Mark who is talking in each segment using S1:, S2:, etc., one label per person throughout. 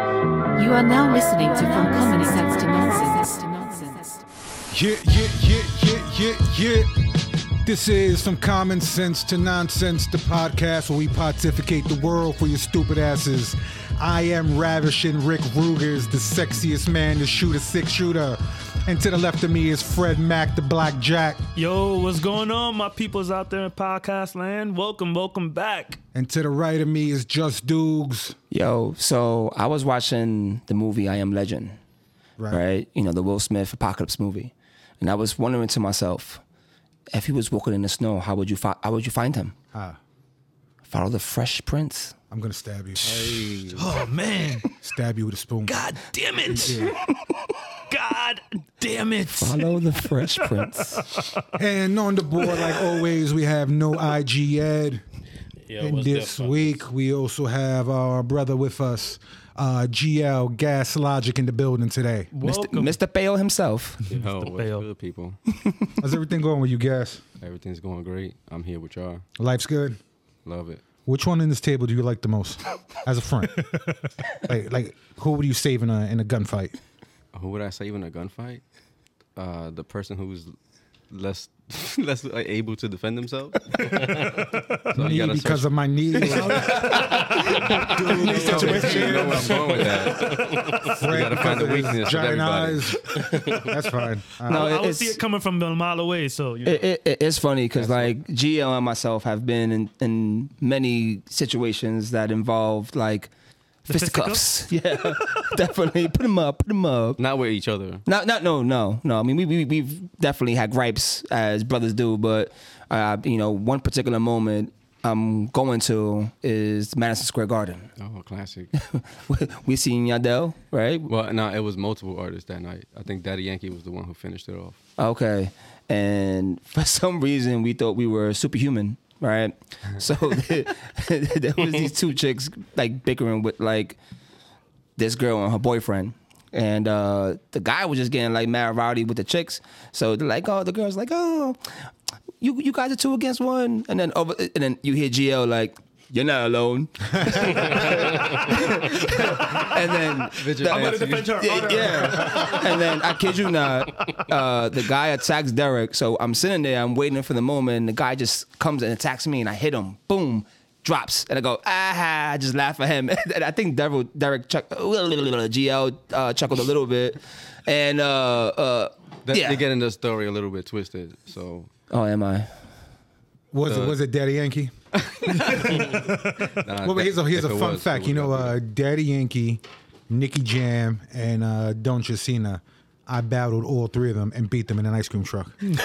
S1: You are now listening to From Common Sense to Nonsense.
S2: Yeah, yeah, yeah, yeah, yeah, yeah. This is From Common Sense to Nonsense, the podcast where we pontificate the world for your stupid asses. I am ravishing Rick Ruger's, the sexiest man to shoot a six shooter. And to the left of me is Fred Mack, the Black Jack.
S3: Yo, what's going on, my peoples out there in podcast land? Welcome, welcome back.
S2: And to the right of me is Just Dukes.
S4: Yo, so I was watching the movie I Am Legend,
S2: Right.
S4: right. You know, the Will Smith apocalypse movie. And I was wondering to myself, if he was walking in the snow, how would you fi- how would you find him?
S2: Ah,
S4: Follow the fresh prints.
S2: I'm gonna stab you.
S3: Oh man,
S2: Stab you with a spoon.
S3: god damn it! God damn it!
S4: Follow the fresh prints.
S2: And on the board, like always, we have no IG Ed. and this week, we also have our brother with us, uh, GL Gas Logic in the building today.
S4: Mr.
S3: Welcome.
S4: Mr. Bale himself.
S5: Yo, what's
S3: Bale.
S5: good, people?
S2: How's everything going with you, Gas?
S5: Everything's going great. I'm here with y'all.
S2: Life's good.
S5: Love it.
S2: Which one in this table do you like the most as a friend? like, like who would you save in a, in a gunfight?
S5: Who would I save in a gunfight? Uh, the person who's less less like, able to defend themselves. so
S2: Me
S5: you gotta
S2: because
S5: search-
S2: of my knee.
S5: you know where I'm going with that.
S2: Fred
S5: gotta
S2: because
S5: find the
S2: of his
S5: weakness of
S2: Giant
S5: everybody.
S2: eyes. That's fine. Uh,
S4: No,
S3: I would
S4: it's,
S3: see it coming from a mile away, so you know.
S4: it, it, it- it's funny because like GL and myself have been in, in many situations that involved like
S3: fisticuffs?
S4: fisticuffs. Yeah, definitely. Put them up. Put them up.
S5: Not with each other.
S4: No, no, no, no, no. I mean, we, we we've definitely had gripes as brothers do, but uh, you know, one particular moment I'm going to is Madison Square Garden.
S5: Oh, classic.
S4: we seen Yadel, right?
S5: well, no, it was multiple artists that night. I think Daddy Yankee was the one who finished it off.
S4: Okay, and for some reason we thought we were superhuman, right? So there was these two chicks like bickering with like this girl and her boyfriend. And uh, the guy was just getting like mad rowdy with the chicks. So they're like, oh, the girl's like, oh, you you guys are two against one. And then over, and then you hear GL like, you're not alone. and then
S3: I'm gonna defend her.
S4: yeah,
S3: honor.
S4: yeah. and then I kid you not, uh, the guy attacks Derek. So I'm sitting there, I'm waiting for the moment, and the guy just comes and attacks me, and I hit him. Boom, drops, and I go ah, ha," I just laugh at him. And I think Derek, Derek chuck, GL uh, chuckled a little bit, and uh, uh,
S5: That,
S4: yeah.
S5: They're getting the story a little bit twisted. So
S4: oh, am I?
S2: was it was it Daddy Yankee?
S5: nah,
S2: Well, but
S5: that-
S2: here's a here's
S5: if
S2: a
S5: it
S2: fun
S5: was,
S2: fact.
S5: it
S2: You
S5: would
S2: know,
S5: not be
S2: uh,
S5: that.
S2: Daddy Yankee, Nicky Jam, and uh, Don Chacina. I battled all three of them and beat them in an ice cream truck. and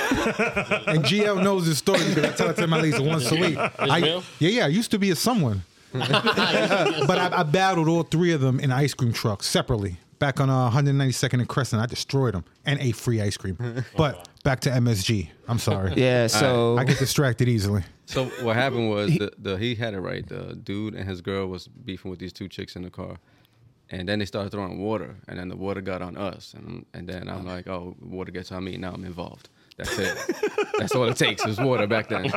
S2: GL knows this story because I tell it to him at least once a week. I, yeah,
S6: Ishmael?
S2: yeah, I used to be a someone. but I, I battled all three of them in ice cream trucks separately. Back on uh, 192nd and Crescent, I destroyed them and ate free ice cream. But back to MSG. I'm sorry.
S4: Yeah. So
S2: I get distracted easily.
S5: So what happened was the, the he had it right. The dude and his girl was beefing with these two chicks in the car, and then they started throwing water, and then the water got on us, and and then I'm like, oh, water gets on me. Now I'm involved. That's it. That's all it takes is water back then.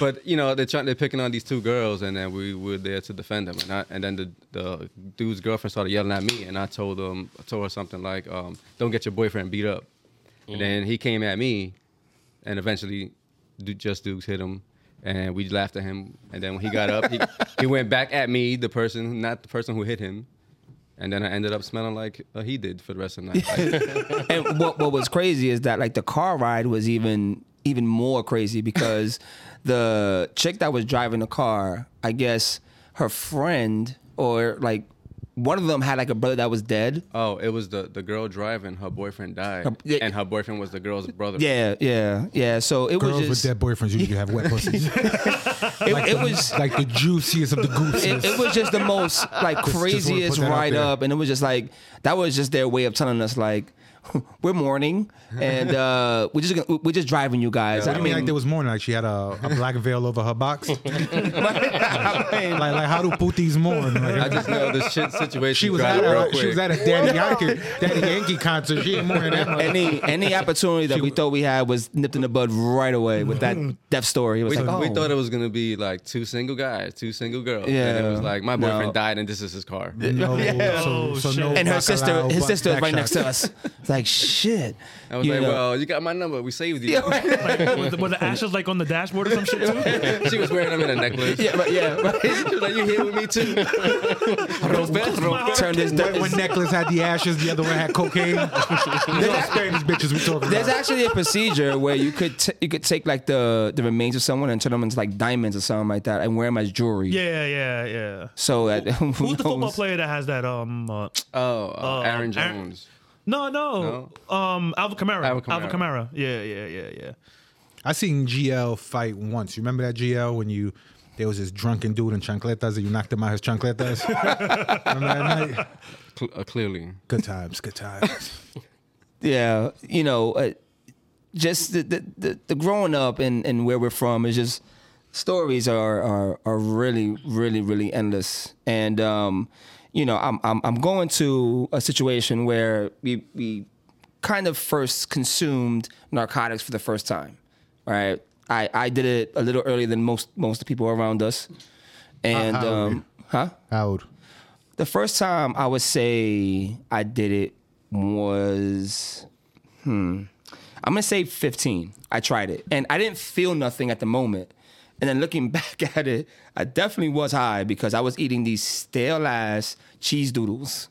S5: but you know they're trying, they're picking on these two girls, and then we were there to defend them, and I, and then the the dude's girlfriend started yelling at me, and I told them I told her something like, um, don't get your boyfriend beat up, and then he came at me, and eventually Du- just Dukes hit him and we laughed at him and then when he got up he, he went back at me the person not the person who hit him and then I ended up smelling like uh, he did for the rest of the night. Like,
S4: and what what was crazy is that like the car ride was even even more crazy because the chick that was driving the car, I guess her friend or like one of them had like a brother that was dead.
S5: oh, it was the, the girl driving. Her boyfriend died,
S2: Um,
S4: Her- yeah.
S5: and her boyfriend was the girl's brother.
S4: Yeah, yeah, yeah. So it
S2: Girls
S4: was just
S2: with dead boyfriends usually have wet pussies.
S4: it,
S2: like
S4: it
S2: the,
S4: was
S2: like the juiciest of the gooses.
S4: it, it was just the most
S2: Just- just
S4: like
S2: wanna put
S4: craziest
S2: that out
S4: ride
S2: there.
S4: up, and it was just like that was just their way of telling us like we're mourning, and uh, we're just gonna, we're just driving you guys.
S2: I mean, like there was more like she had a, a black veil over her box. like, like how do putis mourn?
S5: I
S2: Like,
S5: just know the shit situation.
S2: she was
S5: got
S2: at
S5: real
S2: a,
S5: quick.
S2: she was at a Daddy Yankee Daddy Yankee concert. She ain't mourning that much.
S4: any any opportunity that we thought we had was nipped in the bud right away with that
S3: Mm-hmm.
S4: death story. It was
S5: We,
S4: like, oh,
S5: we thought it was gonna be like two single guys, two single girls. And
S4: Yeah.
S5: it was like my boyfriend
S4: No.
S5: died and this is his car.
S2: No,
S3: Oh, shit.
S4: and her sister,
S2: bacalao,
S4: his
S2: ba-
S4: sister, is right
S2: backshot.
S4: next to us. It's like shit.
S5: I was
S4: you
S5: like,
S4: know.
S5: well, you got my number. We saved you.
S3: Like, were, the, were the ashes like on the dashboard or some shit too?
S5: she was wearing them in a necklace.
S4: yeah, but yeah, right.
S5: she was like, you here with me too? Roberto.
S4: Turn this.
S2: One, one necklace had the ashes, the other one had cocaine. There's Spanish bitches we talking
S4: There's
S2: about.
S4: actually a procedure where you could t- you could take like the the remains of someone and turn them into like diamonds or something like that and wear them as jewelry.
S3: Yeah, yeah, yeah.
S4: So that who
S3: Who's the football
S4: knows?
S3: player that has that? Um, uh,
S5: Oh, uh,
S3: Uh, Aaron-
S5: Aaron Jones.
S3: no, no, Um, Alvin Kamara.
S5: Alvin
S3: Alvin Kamara.
S5: Kamara.
S3: Yeah, yeah, yeah, yeah.
S2: I seen GL fight once. You remember that GL when you there was this drunken dude in chancletas and you knocked him out his chancletas? remember that night?
S5: Cl- uh, clearly.
S2: Good times, good times.
S4: yeah, you know, uh, just the, the the the growing up and and where we're from is just stories are are are really really really endless. And um, you know, I'm I'm I'm going to a situation where we we kind of first consumed narcotics for the first time, right? I I did it a little earlier than most most of the people around us, and
S2: how old were you?
S4: um, huh?
S2: How old?
S4: The first time I would say I did it was, hmm, I'm gonna say 15. I tried it and I didn't feel nothing at the moment. And then looking back at it, I definitely was high because I was eating these stale ass cheese doodles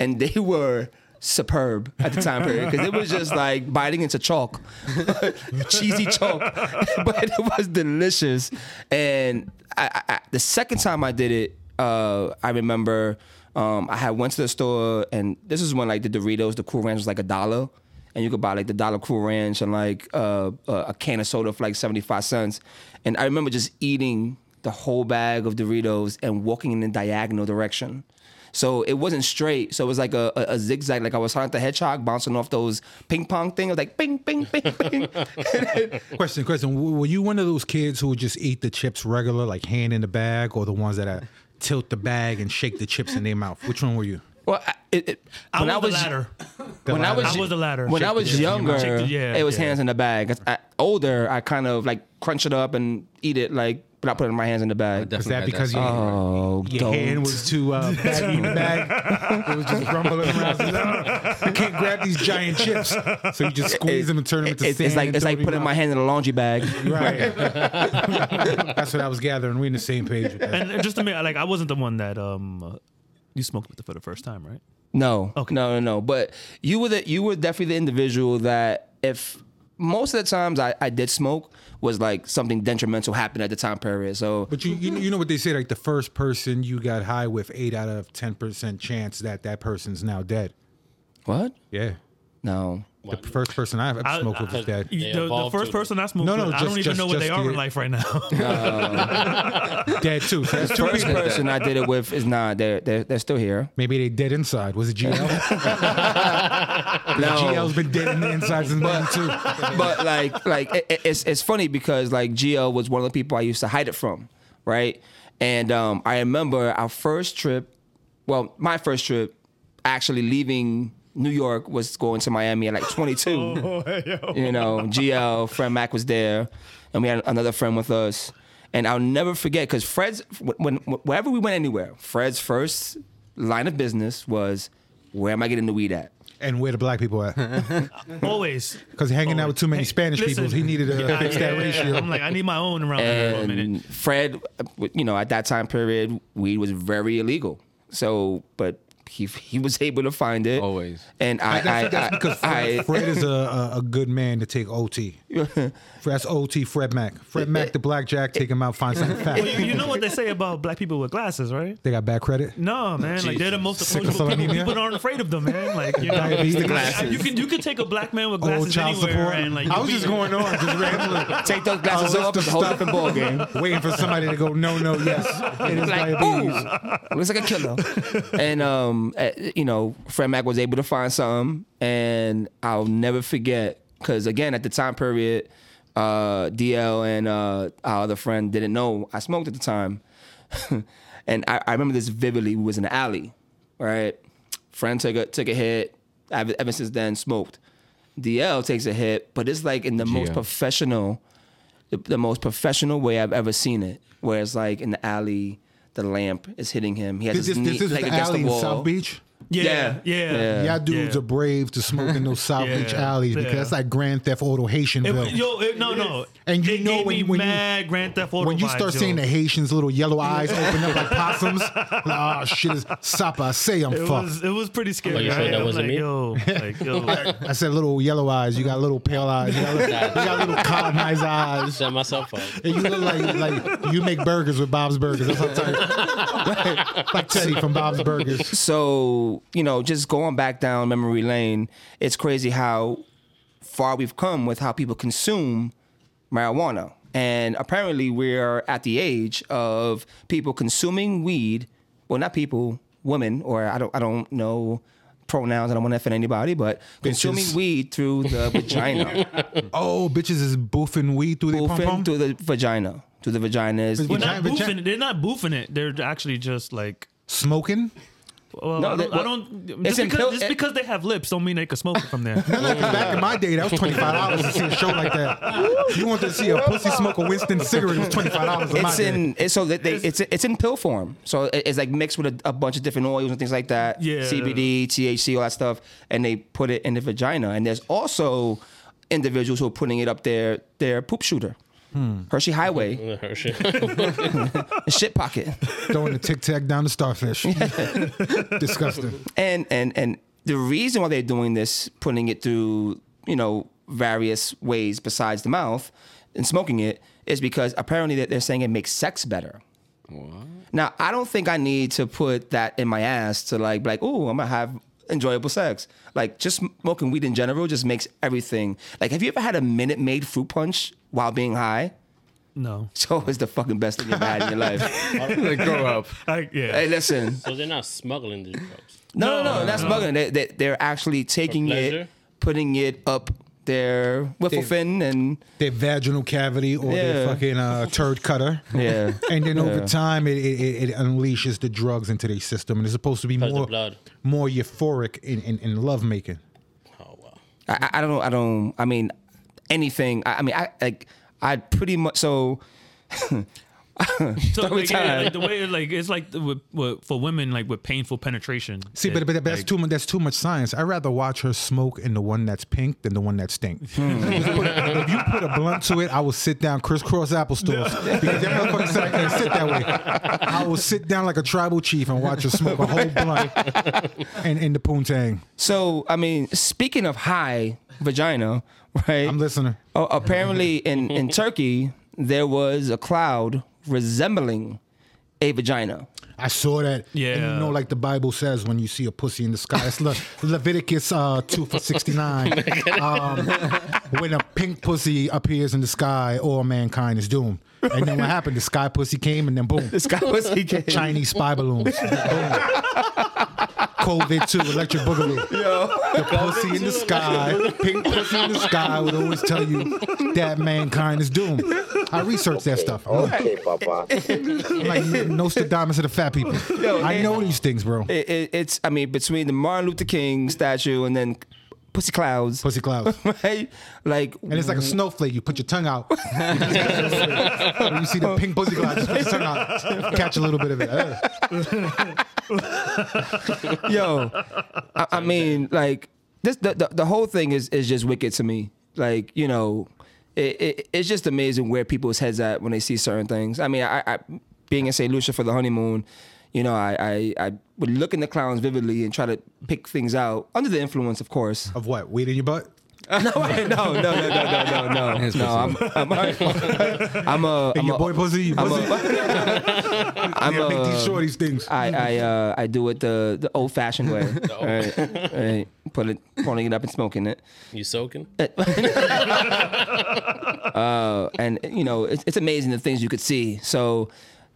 S4: and they were superb at the time period because it was just like biting into chalk, cheesy chalk, but it was delicious. And I, I, I- the second time I did it, uh, I remember um, I had went to the store and this is when like the Doritos, the Cool Ranch was like a dollar. And you could buy like the dollar Cool Ranch and like uh, a a can of soda for like 75 cents. And I remember just eating the whole bag of Doritos and walking in the diagonal direction. So it wasn't straight. So it was like a, a, a zigzag. Like I was Sonic the Hedgehog bouncing off those ping pong thing. I was like, ping, ping, ping, ping.
S2: Question, question. W- Were you one of those kids who would just eat the chips regular, like hand in the bag, or the ones that uh, tilt the bag and shake the chips in their mouth? Which one were you?
S4: well, I, it, it,
S3: I
S4: when
S3: was,
S4: I was
S3: the latter.
S2: The
S4: when I
S2: latter.
S4: was
S3: I was the latter.
S4: When I
S3: Check
S4: was
S3: the- check
S4: younger,
S3: the- yeah,
S4: it was
S3: yeah.
S4: hands in the bag. As I, older, I kind of like crunch it up and eat it like, but I put it in my hands in the bag.
S2: Is that because you,
S4: Oh,
S2: your
S4: don't.
S2: hand was too uh, baggy in the bag? It was just rumbling around. I can't grab these giant chips, so you just squeeze them and turn them into
S4: It's-
S2: sand.
S4: it's like it's like
S2: throw them
S4: putting
S2: out.
S4: my hand in a laundry bag.
S2: Right. That's what I was gathering. We're in the same page. With that.
S3: And and just to me, like I wasn't the one that um, uh, you smoked with for the first time, right?
S4: No.
S3: Okay.
S4: No, no, no. But you were the you were definitely the individual that if most of the times I, I did smoke was like something detrimental happened at the time period. So
S2: But you, you
S3: Mm-hmm.
S2: know- you know what they say like the first person you got high with eight out of ten percent chance that that person's now dead.
S4: what?
S2: Yeah,
S4: No.
S2: the first person I've ever
S3: I-
S2: smoked with is dead.
S3: You-
S6: They
S3: The, the
S6: evolved
S3: first
S6: to
S3: person I smoked
S2: No,
S3: no,
S2: no,
S3: with, I
S2: just-
S3: don't even
S2: just-
S3: know where they
S2: just
S3: are
S2: the-
S3: in life right now.
S2: Dead too. So that's two
S4: First
S2: people.
S4: person I did it with is not. They're they're, they're still here.
S2: Maybe they dead inside. Was it GL?
S4: No.
S2: GL's been dead in the inside since '92.
S4: but like like it, it- it's it's funny because like Gio was one of the people I used to hide it from, right? And um, I remember our first trip, well, my first trip, actually leaving New York was going to Miami at like 22. you know, GL, Fred Mac was there, and we had another friend with us. And I'll never forget because Fred's when, when wherever we went anywhere, Fred's first line of business was, "Where am I getting the weed at?"
S2: And where the black people at?
S3: Always.
S2: Because hanging out with too many Spanish people, he needed to
S3: Yeah,
S2: fix that
S3: yeah, yeah.
S2: ratio.
S3: I'm like, I need my own around here for a minute.
S4: and Fred, you know, at that time period, weed was very illegal. So, but he he was able to find it
S5: Always.
S4: And I,
S2: That's,
S4: I,
S2: that's
S4: I-
S2: because Fred,
S4: I-
S2: Fred is a, a, a good man to take OT. That's OT Fred Mac. Fred Mac, the blackjack, take him out, find something fat.
S3: Well, you, you know what they say about black people with glasses, right?
S2: They got bad credit.
S3: No, man. Like they're the most
S2: Sickle
S3: approachable
S2: cell
S3: people.
S2: anemia?
S3: People aren't afraid of them, man. Like you know,
S2: Diabetes. The
S4: glasses.
S3: you can you can take a black man with
S2: Old
S3: glasses
S2: child
S3: anywhere
S2: support.
S3: and like
S2: I
S3: you'll
S2: was
S3: be-
S2: just going on, just randomly.
S4: take those glasses
S2: A list of
S4: off. It's a whole
S2: stuff.
S4: different ball game.
S2: Waiting for somebody to go, no, no, yes. It is
S4: Like,
S2: diabetes.
S4: boom, looks like a killer. And um, um, eh, you know, Fred Mac was able to find something, and I'll never forget because again at the time period, uh, DL and uh, our other friend didn't know I smoked at the time, and I, I remember this vividly. We was in the alley, right? Friend took a took a hit. I've, ever since then, smoked. DL takes a hit, but it's like in the most
S5: Yeah.
S4: professional the, the most professional way I've ever seen it. Where it's like in the alley, the lamp is hitting him. He has
S2: This,
S4: his
S2: this,
S4: knee
S2: this is
S4: like
S2: the
S4: against
S2: alley
S4: the
S2: in
S4: wall.
S2: South Beach.
S3: Yeah, yeah.
S4: Yeah.
S2: Y'all dudes
S3: Yeah.
S2: are brave to smoke in those South
S3: Yeah.
S2: Beach alleys because
S3: Yeah.
S2: that's like Grand Theft Auto
S3: It-
S2: Haitianville.
S3: yo, it- no, no.
S2: And you
S3: It
S2: know
S3: gave
S2: when
S3: me
S2: you- when you-
S3: mad Grand Theft Auto
S2: when you
S3: vibes,
S2: start
S3: yo.
S2: seeing the Haitians' little yellow eyes open up like possums, ah, shit is sapa. I say I'm
S3: it
S2: fucked.
S3: was it was pretty scary.
S6: Oh, you sure
S3: right?
S6: that
S3: I'm
S6: wasn't
S3: like,
S6: me?
S3: Yo, like, yo.
S2: I said little yellow eyes. You got little pale eyes. You got little, you got little colonized eyes.
S6: Set myself up.
S2: And you look like like you make burgers with Bob's Burgers. That's what I'm telling you. like, like Teddy from Bob's Burgers.
S4: So you know, just going back down memory lane, it's crazy how far we've come with how people consume marijuana. And apparently, we are at the age of people consuming weed. Well, not people, women, or I don't, I don't know pronouns. I don't want to offend anybody, but consuming
S2: Bitches.
S4: weed through the vagina.
S2: Oh, bitches is boofing weed through their
S4: boofing
S2: pump pump.
S4: through the vagina, through the vaginas.
S3: We're
S2: Vagina-
S3: not
S2: vagina-
S3: boofing it. They're not boofing it. They're actually just like.
S2: Smoking.
S3: Well,
S4: No,
S3: I
S4: they-
S3: don't. I
S4: well,
S3: don't
S4: it's
S3: just,
S4: in
S3: because,
S4: pill-
S3: just
S4: it-
S3: because they have lips, don't mean they could smoke it from there.
S2: Like, back in my day, that was twenty five dollars to see a show like that. You want to see a pussy smoke a Winston cigarette? It was twenty five dollars.
S4: It's in it's so that they, it's it's in pill form, so it- it's like mixed with a, a bunch of different oils and things like that.
S3: Yeah.
S4: CBD, THC, all that stuff, and they put it in the vagina. And there's also individuals who are putting it up their their poop shooter, Hershey Highway,
S6: Hershey.
S4: shit pocket,
S2: throwing the tic tac down the starfish. Disgusting.
S4: and and and the reason why they're doing this, putting it through you know various ways besides the mouth and smoking it, is because apparently that they're saying it makes sex better.
S5: What?
S4: Now, I don't think I need to put that in my ass to like, be like, oh, I'm gonna have enjoyable sex. Like, just smoking weed in general just makes everything. Like, have you ever had a minute made fruit punch while being high?
S3: no,
S4: It's always the fucking best thing you've had in your life.
S5: like,
S3: Oh.
S5: grow up.
S3: I, yeah.
S4: Hey, listen,
S6: so they're not smuggling the drugs.
S4: no, no, no, that's smuggling. They, they, they're actually taking it,
S6: pleasure?
S4: putting it up their wiffle fin, and
S2: Their vaginal cavity or their
S4: Yeah.
S2: fucking uh, turd cutter.
S4: yeah,
S2: And then over time, it, it, it- it unleashes the drugs into their system, and it's supposed to be
S6: Plus the
S2: more
S6: blood.
S2: more euphoric in, in, in lovemaking.
S6: Oh wow.
S4: I, I I don't know. I don't. I mean, anything. I, I mean, I like. I pretty much so.
S3: So like, yeah,
S4: time.
S3: like the way like it's like the- with, with, for women like with painful penetration.
S2: See, but, but that's too much. That's too much science. I'd rather watch her smoke in the one that's pink than the one that stinks. if you put a blunt to it, I will sit down crisscross apple stores because that motherfucker said I can't sit that way. I will sit down like a tribal chief and watch her smoke a whole blunt in, in the poontang.
S4: So I mean, speaking of high vagina, right?
S2: I'm listening.
S4: Oh, apparently in in Turkey there was a cloud resembling a vagina.
S2: I saw that. And
S3: Yeah.
S2: you know, like the Bible says, when you see a pussy in the sky, it's Le- Leviticus uh, 2 for 69. um, when a pink pussy appears in the sky, all mankind is doomed. And then what happened? The sky pussy came, and then boom.
S4: This guy was he came.
S2: Chinese spy balloons. Boom. COVID too, electric boogaloo. The pussy in the sky, pink pussy in the sky would always tell you that mankind is doomed. I researched that stuff. I'm like,
S7: Okay, Papa.
S2: I'm like Nostradamus of the fat people. I know these things, bro.
S4: It, it, it's I mean between the Martin Luther King statue and then pussy clouds,
S2: Pussy clouds.
S4: right? Like
S2: And it's like a snowflake. You put your tongue out. you see the pink pussy cloud. Just put your tongue out. Catch a little bit of it. Uh, Ugh.
S4: yo, I, I mean, like this the, the the whole thing is is just wicked to me. Like you know, it, it it's just amazing where people's heads at when they see certain things. I mean, I, I being in St. Lucia for the honeymoon. You know, I, I I would look in the clowns vividly and try to pick things out under the influence, of course.
S2: Of what? Weed in your butt?
S4: No, wait, no, no, no, no, no, no, no. no I'm, I'm, I'm a,
S2: And
S4: I'm
S2: your
S4: a,
S2: boy pussy? You
S4: I'm
S2: pussy?
S4: a, I'm
S2: yeah, make
S4: a,
S2: these short these things.
S4: I I uh, I do it the the old fashioned way. right, right. Put it, pulling it up and smoking it,
S6: You soaking?
S4: uh, and you know it's, it's amazing the things you could see. So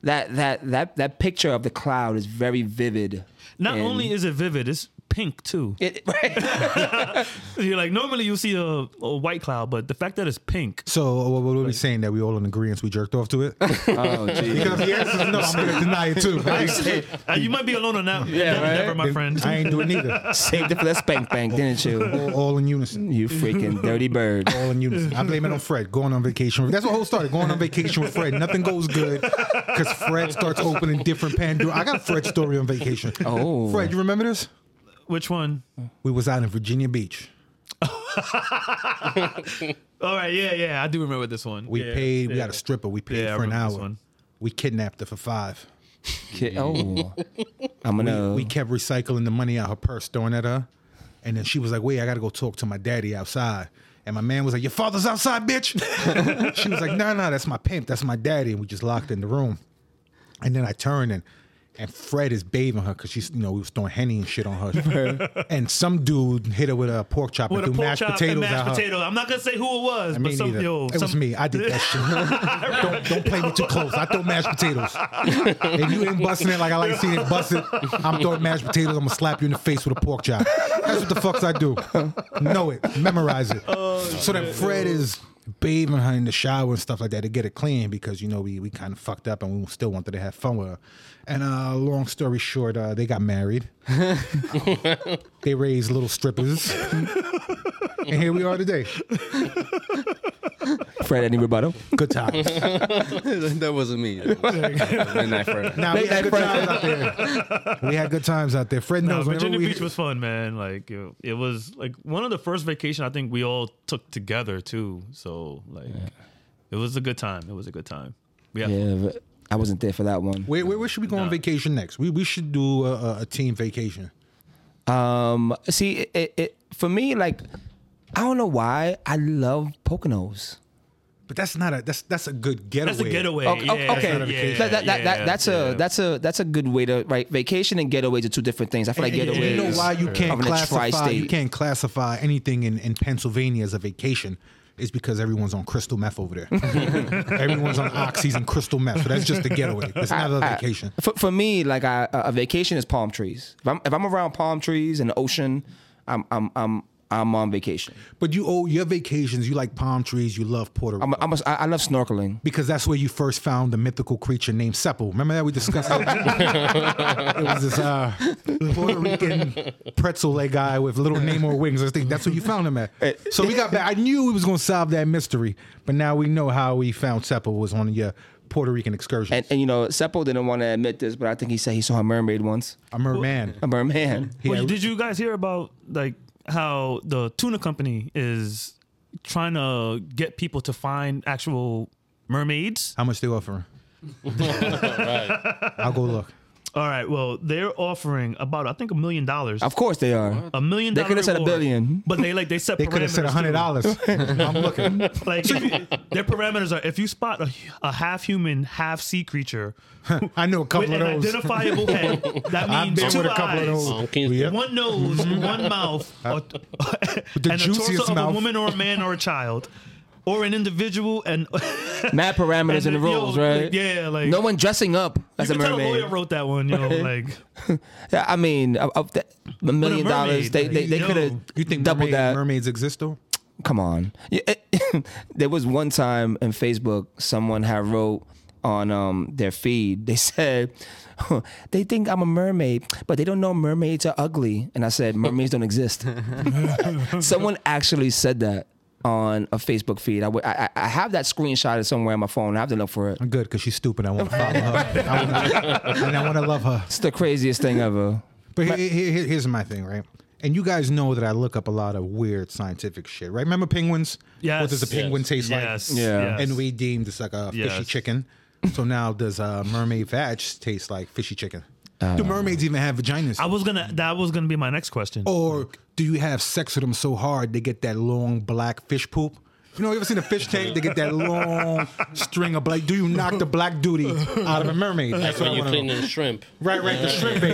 S4: that that that that picture of the cloud is very vivid.
S3: Not
S4: and-
S3: only is it vivid, it's pink too.
S4: it, right.
S3: You're like normally you see a, a white cloud, but the fact that it's pink.
S2: So uh, what, what are we saying that we all in agreement we jerked off to it?
S4: oh jeez.
S2: Because the answer is no. I'm gonna deny it too. I ain't, say-
S3: Uh, you might be alone on that.
S5: Yeah, right?
S3: never, my friend.
S2: I ain't doing neither.
S4: Saved it for that spank bank, didn't you?
S2: All, all in unison.
S4: You freaking dirty bird.
S2: All in unison. I blame it on Fred going on vacation. with- That's what whole started going on vacation with Fred. Nothing goes good because Fred starts opening different Pandora. I got Fred's story on vacation.
S4: Oh.
S2: Fred, you remember this?
S3: Which one?
S2: We was out in Virginia Beach.
S3: All right, yeah, yeah, I do remember this one.
S2: We
S3: Yeah,
S2: paid. We
S3: yeah.
S2: got a stripper. We paid
S3: Yeah, I
S2: for an
S3: remember this
S2: hour.
S3: one.
S2: We kidnapped her for five.
S4: Ki- Oh, I'm gonna.
S2: We kept recycling the money out her purse, throwing at her. And then she was like, wait, I gotta go talk to my daddy outside. And my man was like, Your father's outside, bitch. she was like, No, no, that's my pimp. That's my daddy. And we just locked in the room. And then I turned and and Fred is bathing her because she's, you know, we was throwing henny and shit on her. and some dude hit her with a pork chop
S3: With
S2: and
S3: a
S2: threw
S3: pork
S2: mashed
S3: chop
S2: potatoes
S3: and mashed
S2: at her.
S3: potato. I'm not gonna say who it was,
S2: Me
S3: but some
S2: neither.
S3: yo,
S2: it was
S3: some-
S2: me. I did that shit. don't don't play me too close. I throw mashed potatoes. if you ain't busting it like I like seeing it busted, I'm throwing mashed potatoes. I'm gonna slap you in the face with a pork chop. That's what the fucks I do. Know it. Memorize it.
S3: Oh,
S2: so that Fred is bathing her in the shower and stuff like that to get it clean because you know we we kind of fucked up and we still wanted to have fun with her. And uh, long story short, uh, they got married. they raised little strippers. and here we are today.
S4: Fred, any rebuttal?
S2: Good times.
S5: that wasn't me. That was- Midnight Friday.
S2: Now we had good times out there. We had good times out there. Fred
S3: No,
S2: knows. whenever
S3: Virginia
S2: we-
S3: Beach was fun, man. Like it, it was like one of the first vacation I think we all took together too. So like, it was a good time. It was a good time. We had
S4: Yeah, but I wasn't there for that one.
S2: Where, where, where should we go on vacation next? We we should do a, a, a team vacation.
S4: Um, see, it, it, it for me like I don't know why I love Poconos.
S2: But that's not a that's that's a good getaway.
S3: that's a getaway.
S4: Okay,
S3: yeah,
S4: okay.
S3: yeah,
S4: that, that, that,
S3: yeah,
S4: that, that's
S3: yeah.
S4: a that's a that's a good way to right. Vacation and getaways are two different things. I feel like
S2: And
S4: getaways.
S2: you know why you can't
S4: of a
S2: classify you
S4: tri-state.
S2: can't classify anything in, in Pennsylvania as a vacation is because everyone's on crystal meth over there. everyone's on oxys and crystal meth. So that's just a getaway. It's not a
S4: I-
S2: vacation.
S4: for, for me, like I, a vacation is palm trees. If I'm if I'm around palm trees and the ocean, I'm I'm I'm I'm on vacation.
S2: But you owe your vacations. You like palm trees. You love Puerto Rico.
S4: I'm, I'm a, I, am I love snorkeling.
S2: because that's where you first found the mythical creature named Sepul. Remember that we discussed it? it was this uh, Puerto Rican pretzel leg guy with little Namor wings. I think that's where you found him at. So we got back. I knew we was gonna solve that mystery, but now we know how we found Sepul was on your Puerto Rican excursion.
S4: And, and you know, Seppo didn't want to admit this, but I think he said he saw a mermaid once.
S2: a merman.
S4: A merman.
S3: Well,
S2: Yeah.
S3: did you guys hear about like how the tuna company is trying to get people to find actual mermaids?
S2: How much they offering? I'll go look.
S3: All right. Well, they're offering about I think a million dollars.
S4: Of course they are.
S3: A million.
S4: They could have
S3: dollar
S4: said a
S3: reward.
S4: billion.
S3: but they like they set.
S2: They could have said
S3: parameters,
S2: hundred
S3: too.
S2: dollars. I'm looking.
S3: Like their parameters are: if you spot a, a half human, half sea creature
S2: I know a
S3: with
S2: couple
S3: an
S2: of those.
S3: identifiable head, that
S2: I've
S3: means
S2: been
S3: two
S2: with a couple
S3: eyes,
S2: of those.
S6: On Kingston.
S2: Yep.
S3: one nose, one mouth, or,
S2: the
S3: and a
S2: juiciest
S3: torso of
S2: mouth.
S3: a woman or a man or a child, or an individual, and
S4: Mad parameters
S3: and if
S4: in the
S3: you're-
S4: rules, right?
S3: yeah, like
S4: No one dressing up as
S3: you
S4: a
S3: can tell a lawyer
S4: mermaid.
S3: wrote that one, yo. Like
S4: Yeah, I mean, of, of the, a million dollars.
S3: mermaid,
S4: They they, they
S3: yo.
S4: could have
S2: You think
S4: doubled
S2: mermaid,
S4: that.
S2: mermaids exist though?
S4: Come on. Yeah, it- there was one time in Facebook someone had wrote on um, their feed. They said they think I'm a mermaid, but they don't know mermaids are ugly. And I said mermaids don't exist. someone actually said that on a Facebook feed. I would- I- I- I have that screenshot somewhere on my phone. I have to look for it.
S2: I'm good because she's stupid. I want to follow her, I wanna, and I want to love her.
S4: It's the craziest thing ever.
S2: But here, here- here- here's my thing, right? And you guys know that I look up a lot of weird scientific shit, right? Remember penguins?
S3: yes,
S2: What does a penguin taste
S3: yes,
S2: like?
S4: Yeah.
S3: yes.
S2: And we deemed it's like a fishy
S3: Yes.
S2: chicken. So now does uh, mermaid vag taste like fishy chicken?
S6: Uh,
S2: do mermaids even have vaginas?
S3: I was gonna. That was gonna be
S2: Oh,
S3: my next question.
S2: or do you have sex with them so hard they get that long black fish poop? You know, you ever seen a fish tank? They get that long string of black. Do you knock the black duty out of a mermaid? That's what I
S6: when you
S2: want to know.
S6: cleaning the shrimp.
S2: Right, right, the shrimp bait.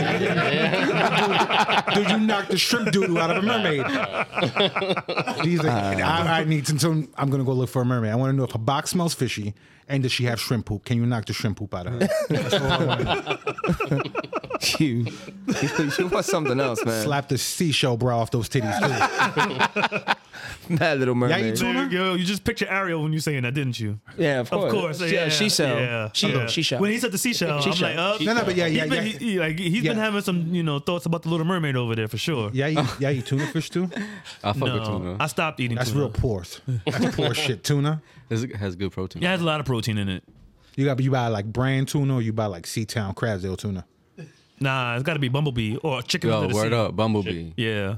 S2: do you knock the shrimp doodle out of a mermaid? He's like, I, I need to, so I'm going to go look for a mermaid. I want to know if her box smells fishy and does she have shrimp poop? Can you knock the shrimp poop out of her? That's all I wanna know.
S4: you, you want something else, man?
S2: Slap the seashell bra off those titties, too.
S4: Mad Little
S2: Yeah, you
S4: Mermaid.
S2: too. Tuna?
S3: Yo, you just picture Ariel when you saying that, didn't you?
S4: Yeah, of course.
S3: Of course, yeah,
S4: yeah, she sell.
S3: yeah,
S4: she,
S3: yeah.
S4: she sell.
S3: When he said the seashell, I'm
S4: Seashell.
S3: like, up.
S2: No, no, but yeah, yeah,
S3: He's been,
S2: yeah.
S3: he, he- like, he's been
S2: Yeah.
S3: having some, you know, thoughts about the Little Mermaid over there for sure.
S2: Yeah, you, yeah, you tuna fish, too?
S5: I fuck with
S3: No,
S5: tuna.
S3: I stopped eating
S2: That's
S3: tuna.
S2: real poor. That's poor shit. Tuna.
S5: This has good protein.
S3: Yeah, it has a lot of protein in it.
S2: You got you buy like brand tuna or you buy like Sea Town Crabsdale tuna.
S3: Nah, it's got to be bumblebee or chicken
S5: Yo,
S3: under the
S5: word
S3: sea.
S5: up, bumblebee.
S3: Yeah,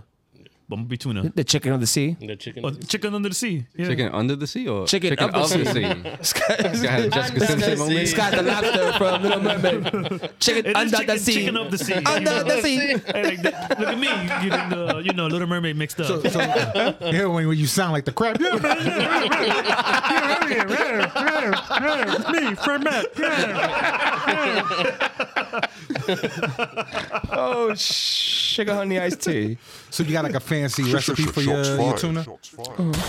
S3: bumblebee tuna
S4: the chicken of the sea.
S6: The chicken.
S3: or chicken under the sea. Yeah.
S5: Chicken under the sea or
S4: Chicken up the
S5: of
S4: sea.
S5: sea?
S4: It's got,
S5: This guy had a Jessica
S4: Under
S5: Simpson
S4: the
S5: moment.
S4: it's got the lobster from Little Mermaid. Chicken
S3: It is
S4: under the
S3: chicken-
S4: sea.
S3: chicken of the sea.
S4: Under the sea.
S3: Hey, like that- look at me, you getting the you know Little Mermaid mixed up.
S2: So, so yeah, when, when you sound like the crab. Yeah, yeah, yeah, yeah, yeah, yeah, yeah, it's me, Fred Mac. Yeah.
S4: Oh, sugar honey iced tea.
S2: So you got like a fancy recipe for your, your tuna?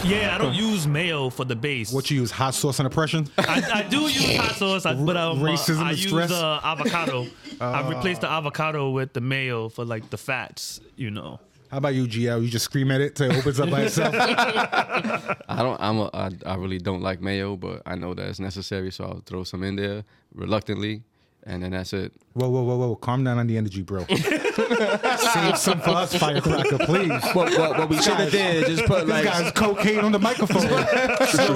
S3: yeah, I don't use mayo for the base.
S2: What you use? Hot sauce and oppression?
S3: I, I do use hot sauce, I, but um, uh,
S2: Racism
S3: I
S2: and
S3: use
S2: stress? Ah.
S3: uh, avocado. I replace the avocado with the mayo for like the fats, you know.
S2: How about you, GL? You just scream at it till it opens up by itself.
S5: I don't. I'm. A, I, I really don't like mayo, but I know that it's necessary, so I'll throw some in there reluctantly, and then that's it.
S2: Whoa, whoa, whoa, whoa! Calm down on the energy, bro. Save some for us, firecracker, please.
S4: What, what, what we should have did is just put
S2: This
S4: like
S2: guy's cocaine on the microphone. Slow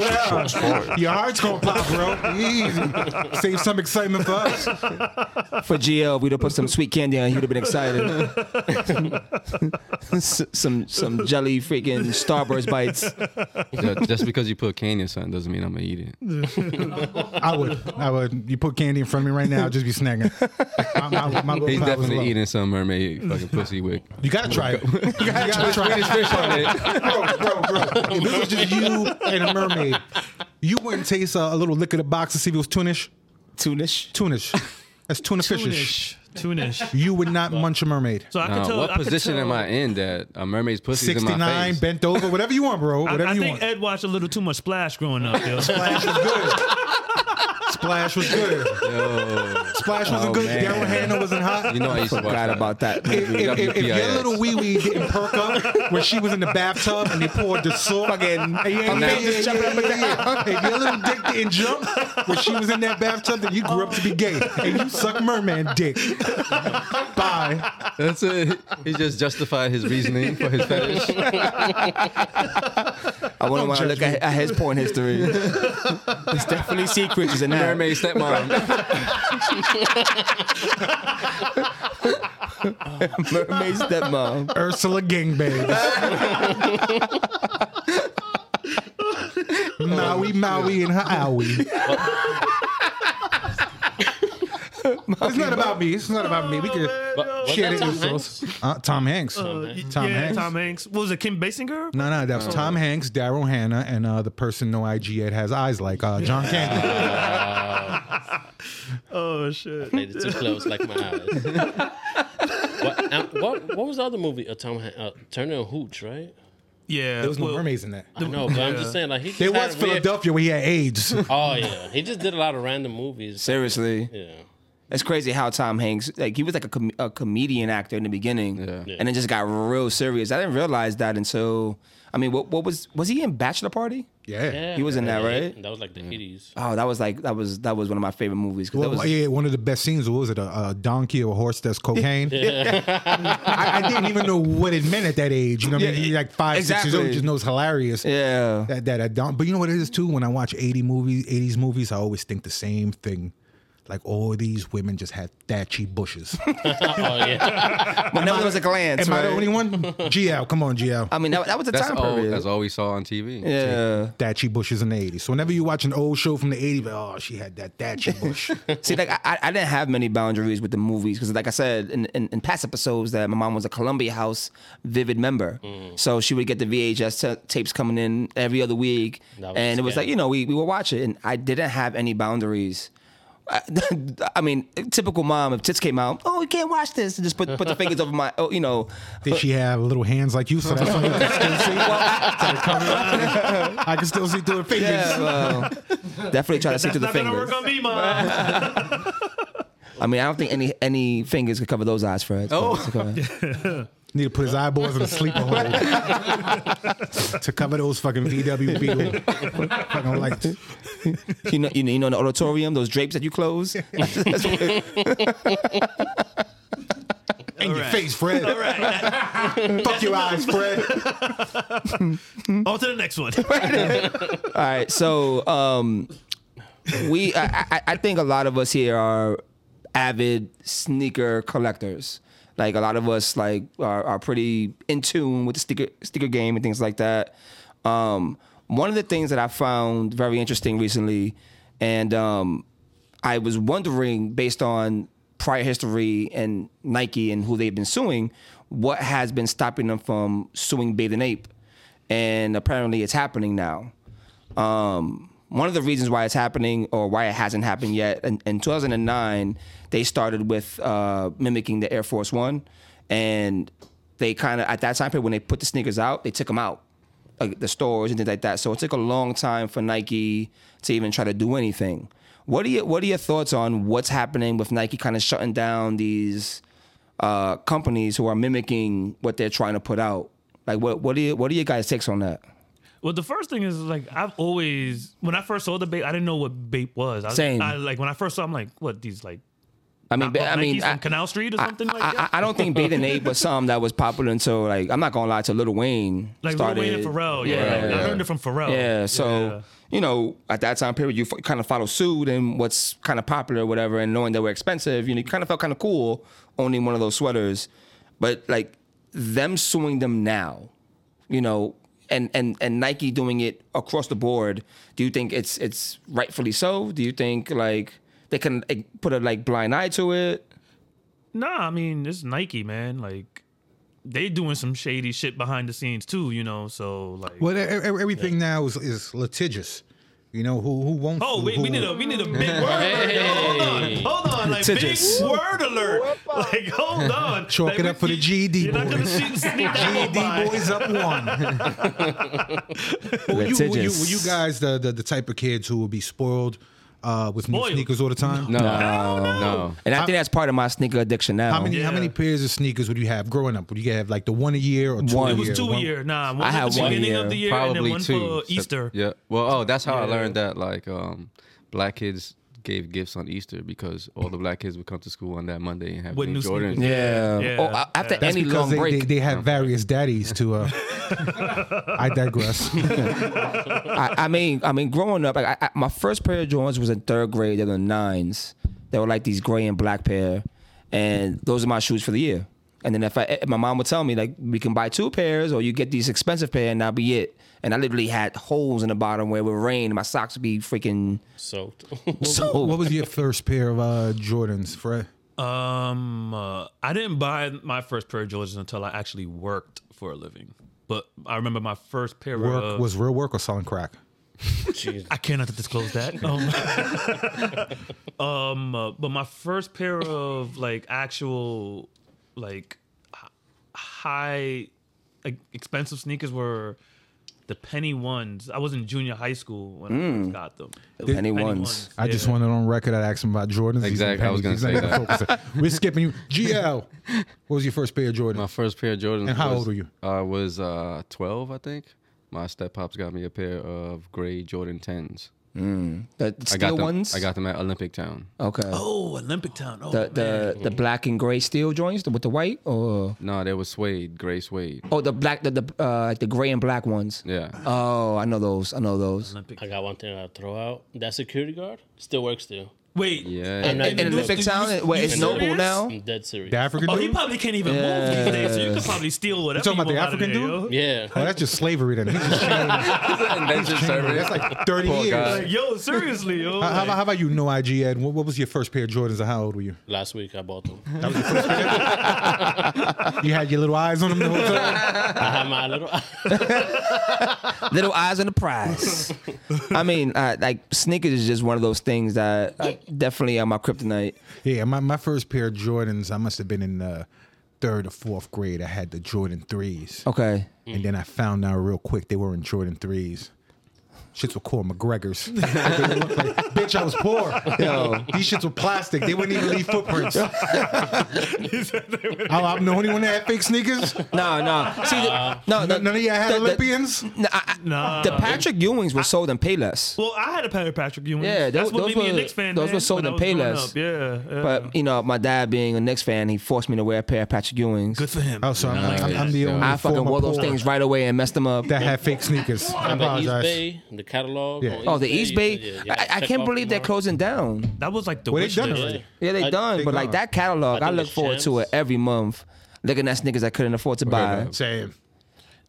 S2: down. Your heart's gonna pop, bro. Easy. Save some excitement for us.
S4: for GL, we'd have put some sweet candy on. He'd have been excited. S- some some jelly freaking Starburst bites.
S5: Ju- Just because you put candy in something doesn't mean I'm gonna eat it.
S2: I would. I would. You put candy in front of me right now, I'd just be snagging. My, my, my
S5: He's
S2: willpower's low.
S5: definitely eating some mermaid fucking pussy wick.
S2: You gotta try it. You gotta, you gotta try it.
S5: fish on it.
S2: bro, bro, bro. If it was just you and a mermaid, you wouldn't taste a, a little lick of the box to see if it was tunish.
S4: Tunish.
S2: Tunish. That's tuna fishish.
S3: Tunish, tunish.
S2: You would not munch a mermaid.
S3: So I can
S5: Now,
S3: tell.
S5: Uh, what
S3: I could
S5: position
S3: tell-
S5: am I in that a mermaid's pussy is in my
S2: 69,
S5: face?
S2: bent over, whatever you want, bro.
S3: I,
S2: Whatever
S3: I
S2: you
S3: think
S2: want.
S3: Ed watched a little too much Splash growing up. Yo.
S2: Splash was good. Splash was good. Splash wasn't
S4: Oh,
S2: good.
S4: man.
S2: Daryl Hannah wasn't hot.
S5: You know I used to watch
S4: Forgot
S5: that.
S4: about that.
S2: if,
S4: movie.
S2: if, if, if your
S5: WPIS.
S2: little wee wee didn't perk up when she was in the bathtub and they poured the salt,
S4: Fucking-
S2: and your,
S4: I'm
S2: yeah,
S4: now-
S2: yeah, yeah, yeah, yeah. if your little dick didn't jump when she was in that bathtub, then you grew up to be gay and you suck merman dick. Bye.
S5: That's it. He just justified his reasoning for his fetish.
S4: I wonder when I
S2: judge
S4: look at, at his porn history. There's definitely sea creatures in that.
S5: Mermaid stepmom.
S4: Mermaid stepmom.
S2: Ursula gangbang. Maui, Maui, and her owie. It's not about me. It's not about me. We could
S6: But- was
S2: share
S6: that
S2: the
S6: Tom
S2: insults. Uh, Tom Hanks.
S3: Uh, y-
S2: Tom
S3: yeah,
S2: Hanks. Mm.
S3: Tom Hanks. What was it? Kim Basinger?
S2: No, no, that
S4: Oh.
S2: was Tom Hanks, Daryl Hannah, and uh, the person no IG yet has eyes like uh, John Candy.
S3: Oh shit.
S6: Made it too close, like my eyes. what, um, what, what was the other movie? Uh, Tom Han- uh, Turner and Hooch, right?
S3: Yeah.
S2: There was no
S3: well,
S2: mermaids in that.
S6: I know, but I'm just saying, like he just
S2: There
S6: had
S2: was
S6: a weird-
S2: Philadelphia where he had AIDS.
S6: Oh yeah, he just did a lot of random movies.
S4: Seriously.
S6: Yeah,
S4: It's crazy how Tom Hanks, like he was like a, com- a comedian actor in the beginning,
S5: Yeah. Yeah.
S4: and then just got real serious. I didn't realize that until, I mean, what, what was was he in Bachelor Party?
S2: Yeah.
S6: yeah.
S4: He was in that,
S6: Yeah,
S4: right?
S6: That was like the eighties.
S4: Oh, that was like that was that was one of my favorite movies. 'cause
S2: Well,
S4: that was,
S2: yeah, one of the best scenes what was it a, a donkey or a horse that's cocaine? I, I didn't even know what it meant at that age. You know, what I mean,
S4: Yeah,
S2: You're like five, six years old,
S4: exactly.
S2: you just know it's hilarious.
S4: yeah.
S2: That that I don't. But you know what it is too. When I watch eighty movies, eighties movies, I always think the same thing. like all these women just had thatchy bushes.
S6: oh yeah.
S4: But that was a glance.
S2: Am I
S4: right?
S2: the only one? GL, come on, GL.
S4: I mean, that, that was the
S5: That's
S4: time
S5: all.
S4: period.
S5: That's all we saw on TV.
S4: yeah.
S2: Thatchy bushes in the 80s. So whenever you watch an old show from the 80s, like, oh, she had that thatchy bush.
S4: See, like I- I, I didn't have many boundaries with the movies because, like I said in, in, in past episodes, that my mom was a Columbia House Vivid member, so she would get the VHS t- tapes coming in every other week,
S6: That was
S4: and it was
S6: scary.
S4: like you know we we would watch it, and I didn't have any boundaries. I, I mean, typical mom. If tits came out, oh, we can't watch this, and just put put the fingers over my, oh, you know.
S2: Did she have little hands like you? So that's why you can still see. I can still see through her fingers.
S4: Yeah, well, definitely try to stick
S3: That's
S4: to
S3: not
S4: the
S3: gonna
S4: fingers.
S3: work on me, mom.
S4: I mean, I don't think any any fingers could cover those eyes, Fred.
S5: Oh.
S2: Need to put his eyeballs in a sleeper hole to cover those fucking VW Beetle fucking lights.
S4: You know, you know, you know, in the auditorium, those drapes that you close. That's what-
S2: In your face, Fred. All right. Fuck your eyes, Fred.
S3: on to the next one.
S4: All right, so um, we I, I, I think a lot of us here are avid sneaker collectors. Like a lot of us like are, are pretty in tune with the sneaker sneaker game and things like that. Um, one of the things that I found very interesting recently, and um, I was wondering based on prior history and Nike and who they've been suing, what has been stopping them from suing Bathing Ape, and apparently it's happening now. Um, one of the reasons why it's happening or why it hasn't happened yet, in, in 2009, they started with uh, mimicking the Air Force One. And they kind of, at that time period, when they put the sneakers out, they took them out, like the stores and things like that. So it took a long time for Nike to even try to do anything. What are, your, what are your thoughts on what's happening with Nike kind of shutting down these uh, companies who are mimicking what they're trying to put out? Like, what, what, are, your, what are your guys' takes on that?
S3: Well, the first thing is like I've always when I first saw the Bape, I didn't know what Bape was. I, was-
S4: Same.
S3: I like when I first saw, I'm like, what these like?
S4: I mean, ba- I mean,
S3: from
S4: I-
S3: Canal Street or
S4: I-
S3: something like
S4: I,
S3: that.
S4: I, I don't think Bait and Ape was something that was popular until like I'm not gonna lie to Little Wayne
S3: like Lil
S4: started.
S3: Wayne and Pharrell. Yeah, like, I learned it from Pharrell.
S4: Yeah, so you know at that time period you f- kind of follow suit and what's kind of popular or whatever, and knowing they were expensive, you know, you kind of felt kind of cool owning one of those sweaters, but like them suing them now, you know. And, and, and Nike doing it across the board. Do you think it's it's rightfully so? Do you think like they can like, put a like blind eye to it?
S3: Nah, I mean it's Nike, man. Like they doing some shady shit behind the scenes too, you know. So like,
S2: Well, e- e- everything now is, is litigious. You know who who won't?
S3: oh
S2: who,
S3: wait, we need a we need a big word. alert.
S6: Hey.
S3: Hold on, hold on, like
S4: Litigious.
S3: big word alert. Like hold on,
S2: Chalk
S3: Like,
S2: it
S3: we-
S2: up for the
S3: you-
S2: GD
S3: You're not gonna
S2: boys.
S3: see- sneak that one by.
S2: AD boys up one. were, you, were, you, were you guys the, the the type of kids who would be spoiled uh, with new
S3: Spoiled.
S2: sneakers all the time?
S5: No. No.
S4: Oh. And I think that's part of my sneaker addiction now.
S2: How many how many
S3: Yeah.
S2: pairs of sneakers would you have growing up? Would you have like the one a year or two
S4: One.
S2: a
S3: It was
S2: year?
S3: two
S2: One-
S3: year. Nah, one
S4: I
S3: at
S4: had
S3: the
S4: one
S3: beginning
S4: year.
S3: of the year and then
S5: Probably
S3: one
S5: two.
S3: for Easter.
S5: Yeah. Well, oh, that's how I
S3: Yeah.
S5: learned that. Like, um, black kids gave gifts on Easter because all the black kids would come to school on that Monday and have
S3: With
S5: new
S3: new
S5: Jordans.
S3: sneakers.
S4: Yeah.
S3: Yeah.
S4: Oh, a- after
S2: That's
S4: any
S2: because
S4: long
S2: they,
S4: break,
S2: They, they have various daddies to. Uh, I digress.
S4: I, I mean, I mean, growing up, like, I, I, my first pair of Jordans was in third grade. They were nines. They were like these gray and black pair, and those are my shoes for the year. And then if I, my mom would tell me like, we can buy two pairs, or you get these expensive pair, and that'll be it. And I literally had holes in the bottom where it would rain, and my socks would be freaking
S6: Soaked.
S4: soaked.
S2: what was your first pair of uh, Jordans, Fred?
S3: Um, uh, I didn't buy my first pair of Jordans until I actually worked for a living. But I remember my first pair
S2: Work
S3: of
S2: was real work or selling crack?
S6: Jesus.
S3: I cannot disclose that. Um, um, uh, but my first pair of like actual like h- high like, expensive sneakers were the penny ones. I was in junior high school when I first got them. It was
S4: Mm. Penny ones.
S2: I just
S3: yeah.
S2: wanted on record. I asked him about Jordans. He's
S5: Exactly,
S2: in
S5: I was
S2: pennies.
S5: gonna
S2: He's
S5: say
S2: not even focusing. We're skipping you. GL, what was your first pair of
S5: My
S2: Jordans?
S5: first pair of Jordans.
S2: And how
S5: was-
S2: old were you?
S5: I was uh, 12, I think. My step pops got me a pair of gray Jordan 10s.
S4: the
S5: I
S4: steel
S5: got them,
S4: ones.
S5: I got them at Olympic Town.
S4: okay.
S3: Oh, Olympic Town. Oh,
S4: the the the black and gray steel joints with the white, or
S5: No, they were suede, gray suede.
S4: oh the black the the uh, the gray and black ones.
S5: Yeah.
S4: Oh, I know those. I know those.
S3: Olympic.
S6: I got one thing I'll throw out. That security guard still works still.
S3: Wait.
S5: Yeah.
S6: I'm
S3: And
S4: In
S6: not even
S3: the
S4: Olympic
S6: looking.
S3: Town,
S4: Town, where it's
S3: you
S4: noble
S3: serious?
S4: now.
S6: I'm dead serious.
S2: The African
S3: Oh,
S2: dude?
S3: he probably can't even move these days, so you could probably steal whatever.
S2: talking
S3: you
S2: about the
S3: want out of
S2: African
S3: there,
S2: dude?
S3: yo.
S6: yeah.
S2: Oh, that's just slavery then. He's just
S5: Invention
S2: changing.
S5: service.
S2: That's like 30
S5: Poor
S2: years.
S5: guy.
S3: Like, yo, seriously, yo.
S2: How, how,
S3: like-
S2: about- how about you, No IG Ed? What, what was your first pair of Jordans and how old were you?
S6: Last week I bought them.
S2: You had your little eyes on them the whole time?
S6: I have my little.
S4: Little eyes on the prize. I mean, I, like sneakers is just one of those things that I definitely are my kryptonite.
S2: Yeah, my, my first pair of Jordans, I must have been in the third or fourth grade. I had the Jordan 3s.
S4: Okay.
S2: And then I found out real quick they were in Jordan 3s. Shits were called McGregor's. They looked like- bitch, I was poor.
S4: Yo.
S2: These shits were plastic. They wouldn't even leave footprints. I, Oh, I'm the only one that had fake sneakers.
S4: No, no. See, the, no, the,
S2: None of y'all had
S4: the- the-
S2: Olympians.
S4: no, I- I-
S3: Nah.
S4: the Patrick Ewings were sold in Payless.
S3: Well, I had a Patrick Patrick Ewing.
S4: Yeah,
S3: that's
S4: those-
S3: what
S4: those
S3: made me a
S4: were-
S3: Knicks fan.
S4: those
S3: man,
S4: were sold
S3: when I
S4: in
S3: was growing
S4: Payless.
S3: up. Yeah, yeah.
S4: But you know, my dad being a Knicks fan, he forced me to wear a pair of Patrick Ewings.
S3: good for him.
S2: Oh, so I'm,
S5: Nice.
S2: I'm, I'm the only
S4: I fucking
S2: former
S4: wore those
S2: poor
S4: things right away and messed them up.
S2: that had fake sneakers. I
S6: the East
S2: apologize.
S6: Bay, the catalog.
S2: Yeah.
S6: on
S4: Oh, the East Bay.
S6: yeah, yeah,
S4: I, I
S6: check
S4: can't
S6: off
S4: believe they're
S6: tomorrow.
S4: closing down.
S3: That was like the
S2: Well, they
S3: wish
S2: done
S3: list.
S2: already.
S4: Yeah, they
S6: I-
S4: done.
S2: They
S4: but like
S2: gone.
S4: that catalog,
S6: I
S4: I,
S6: think
S4: look
S6: it's
S4: forward to it
S6: Champs.
S4: every month. Looking at sneakers I couldn't afford to buy.
S2: Same.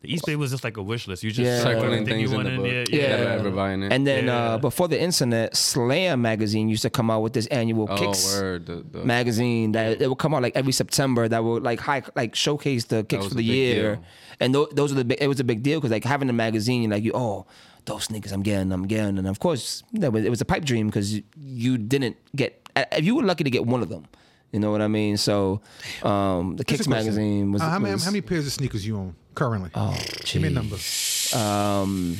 S3: The East Bay was just like a wish list. You just
S4: Yeah.
S3: yeah.
S4: Circling
S5: Circling things
S3: you
S5: in the
S3: wanted.
S5: book.
S3: Yeah, yeah.
S5: Never ever buying it.
S4: And then
S3: Yeah.
S4: uh, before the internet, Slam magazine used to come out with this annual
S5: oh,
S4: Kicks
S5: word. The, the,
S4: magazine that it would come out like every September that would like high like showcase the kicks
S5: was
S4: for
S5: a
S4: the
S5: big
S4: year.
S5: deal.
S4: And tho- those are the big, it was a big deal because like having the magazine like you oh those sneakers I'm getting I'm getting and of course that was, it was a pipe dream because you, you didn't get uh, you were lucky to get one of them. You know what I mean? So um, the
S2: Here's
S4: Kicks
S2: a question.
S4: magazine was,
S2: Uh, how, many,
S4: was
S2: how many pairs of sneakers you own currently?
S4: oh
S2: Give me a
S4: gee.
S2: number.
S4: Um,